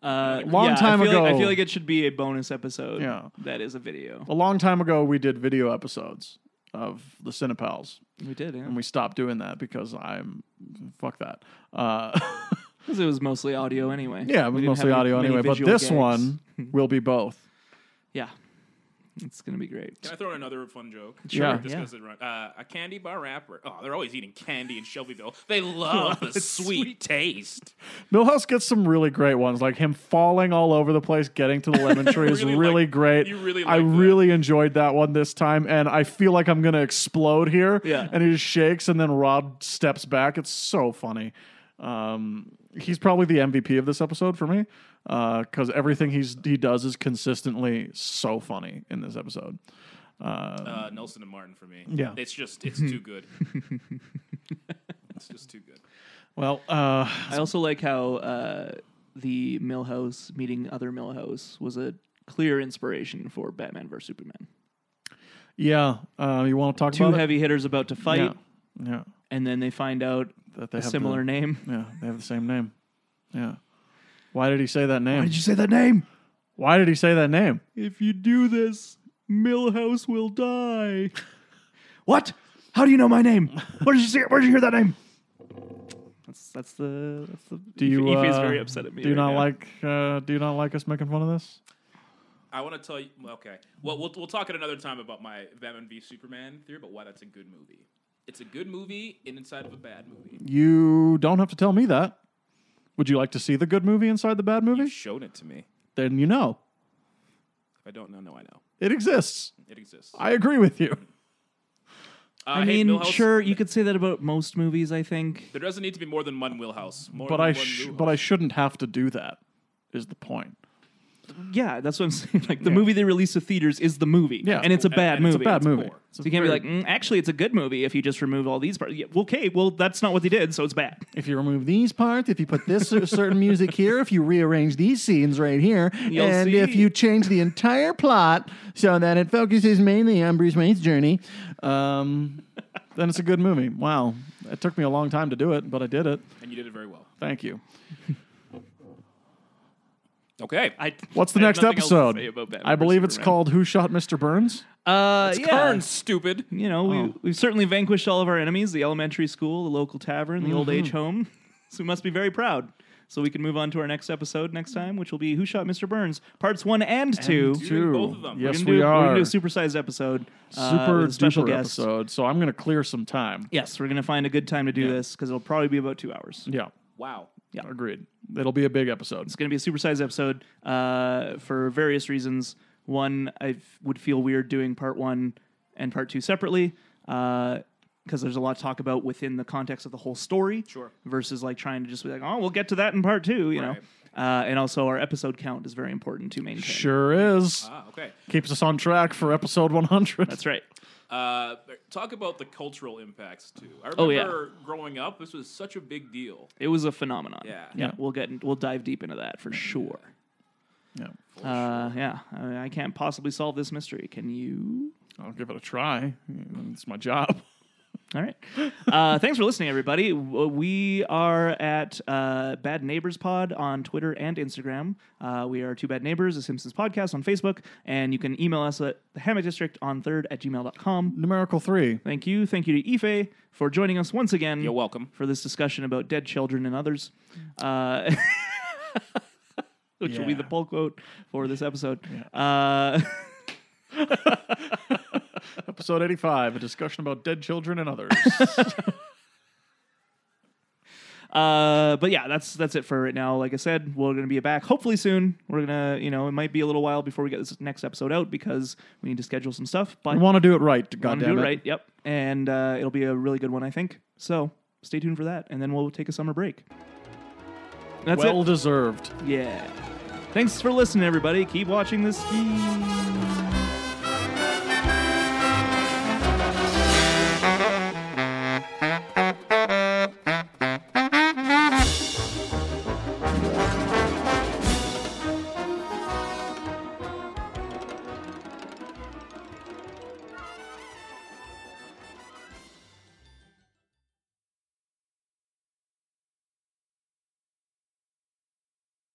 S2: uh,
S1: Long
S2: yeah,
S1: time
S2: I feel Like, I
S1: ago.
S2: feel like it should be a bonus episode.
S1: Yeah.
S2: that is a video.
S1: A long time ago, we did video episodes of the Cinepals,
S2: We did, yeah.
S1: and we stopped doing that because I'm fuck that. Uh,
S2: Because it was mostly audio anyway.
S1: yeah, it
S2: We
S1: was
S2: didn't
S1: mostly
S2: have any-
S1: audio
S2: many
S1: anyway. But
S2: visual
S1: this
S2: gags.
S1: one will be both.
S2: yeah, it's gonna be great.
S3: Can I throw in another fun joke?
S1: Sure.
S3: Just
S2: Yeah.
S3: 'cause it run- uh, a candy bar wrapper. Oh, they're always eating candy in Shelbyville. They love the sweet taste.
S1: Millhouse gets some really great ones, like him falling all over the place, getting to the lemon tree is
S3: Really
S1: really
S3: liked-
S1: great.
S3: you really
S1: I
S3: liked that.
S1: really enjoyed that one this time, and I feel like I'm gonna explode here.
S2: Yeah.
S1: and he just shakes, and then Rod steps back. It's so funny. Um, he's probably the MVP of this episode for me because everything he's he does is consistently so funny in this episode.
S3: Uh, Nelson and Martin for me.
S1: Yeah.
S3: It's just, it's too good. it's just too good.
S1: Well, uh,
S2: I also like how uh, the Millhouse meeting other Millhouse was a clear inspiration for Batman vs Superman.
S1: yeah, uh, you want to talk
S2: Two
S1: about
S2: heavy hitters about to
S1: it?
S2: fight,
S1: Yeah, yeah,
S2: and then they find out
S1: that they
S2: a
S1: have the-
S2: similar name.
S1: Yeah, they have the same name. Yeah. Why did he say that name?
S4: Why did you say that name?
S1: Why did he say that name?
S2: If you do this, Millhouse will die.
S4: What? How do you know my name? Where did you see? Where did you hear that name?
S2: That's that's the that's the.
S1: Do you?
S2: If,
S1: uh,
S2: very upset at me.
S1: Do you
S2: right
S1: not
S2: now.
S1: like? Uh, do you not like us making fun of this?
S3: I want to tell you, well, okay. Well, we'll, we'll talk at another time about my Batman v Superman theory, but why that's a good movie. It's a good movie in- inside of a bad movie.
S1: You don't have to tell me that. Would you like to see the good movie inside the bad
S3: You've
S1: movie?
S3: shown it to me.
S1: Then you know
S3: If I don't know, no, I know.
S1: it exists.
S3: It exists.
S1: I agree with you.
S3: Uh,
S2: I
S3: hey,
S2: mean,
S3: Milhouse,
S2: sure, you could say that about most movies. I think.
S3: There doesn't need to be more than one Millhouse. More
S1: But
S3: than
S1: I,
S3: one
S1: sh-
S3: Milhouse.
S1: but I shouldn't have to do that. Is the point?
S2: Yeah, that's what I'm saying. Like the movie they released to theaters is the movie.
S1: Yeah.
S2: and it's a
S1: And-
S2: bad
S3: and
S2: movie.
S1: It's a bad movie.
S3: poor.
S1: It's
S2: So
S1: a
S2: you can't be
S1: very-
S2: like, mm, actually, it's a good movie if you just remove all these parts. Yeah, okay, well, that's not what they did, so it's bad.
S1: if you remove these parts, if you put this cer- certain music here, if you rearrange these scenes right here,
S2: You'll
S1: and if
S2: see.
S1: you change the entire plot so that it focuses mainly on Bruce Wayne's journey, um, then it's a good movie. Wow. It took me a long time to do it, but I did it.
S3: and you did it very well.
S1: Thank you.
S3: Okay.
S2: I,
S1: What's the
S2: I have
S1: next
S2: nothing else to
S1: episode?
S2: say about Batman
S1: I believe
S2: versus
S1: it's called Who Shot Mr. Burns?
S2: Superman. Uh,
S3: It's
S2: yeah.
S3: Kern, stupid.
S2: You know, we,
S1: Oh.
S2: we've certainly vanquished all of our enemies the elementary school, the local tavern, the old
S1: Mm-hmm.
S2: age home. So we must be very proud. So we can move on to our next episode next time, which will be Who Shot Mr. Burns, parts one and two.
S3: two. doing both of them. We're
S1: Yes, we
S2: We're gonna do, We're
S1: are.
S2: going to do a supersized episode. uh,
S1: Super
S2: with a special
S1: duper
S2: guest.
S1: episode. So I'm going to clear some time.
S2: Yes, we're going to find a good time to do this because it'll probably be about two hours.
S1: Yeah.
S3: Wow.
S1: Agreed. It'll be a big episode.
S2: It's going to be a supersized episode uh, for various reasons. One, I f- would feel weird doing part one and part two separately because there's a lot to talk about within the context of the whole story.
S3: Sure.
S2: Versus like trying to just be like, oh, we'll get to that in part two, you
S3: Right.
S2: know. Uh, and also, our episode count is very important to maintain.
S1: Sure is.
S3: Ah, okay.
S1: Keeps us on track for episode 100.
S2: That's right.
S3: Uh, talk about the cultural impacts too. I
S2: Oh, yeah.
S3: remember growing up, this was such a big deal.
S2: It was a phenomenon.
S3: Yeah.
S2: yeah. We'll get in, we'll dive deep into that for sure.
S1: Yeah.
S2: Uh, yeah, I, mean, I can't possibly solve this mystery. Can you?
S1: I'll give it a try. It's my job.
S2: All right. Uh, thanks for listening, everybody. W- We are at uh, Bad Neighbors Pod on Twitter and Instagram. Uh, we are Two Bad Neighbors, a Simpsons podcast on Facebook. And you can email us at the hammock district on third at gmail.com.
S1: Numerical three.
S2: Thank you. Thank you to Ife for joining us once again.
S3: You're welcome.
S2: For this discussion about dead children and others, uh, which will be
S1: Yeah.
S2: the pull quote for this episode. Uh,
S1: Episode 85, a discussion about dead children and others.
S2: Uh, but yeah, that's that's it for right now. Like I said, we're gonna be back hopefully soon. We're gonna, you know, it might be a little while before we get this next episode out because we need to schedule some stuff. But
S1: I want to do it right,
S2: wanna do
S1: goddamn
S2: it right, yep. And uh, it'll be a really good one, I think. So stay tuned for that, and then we'll take a summer break. That's
S1: Well
S2: it.
S1: deserved.
S2: Yeah. Thanks for listening, everybody. Keep watching this.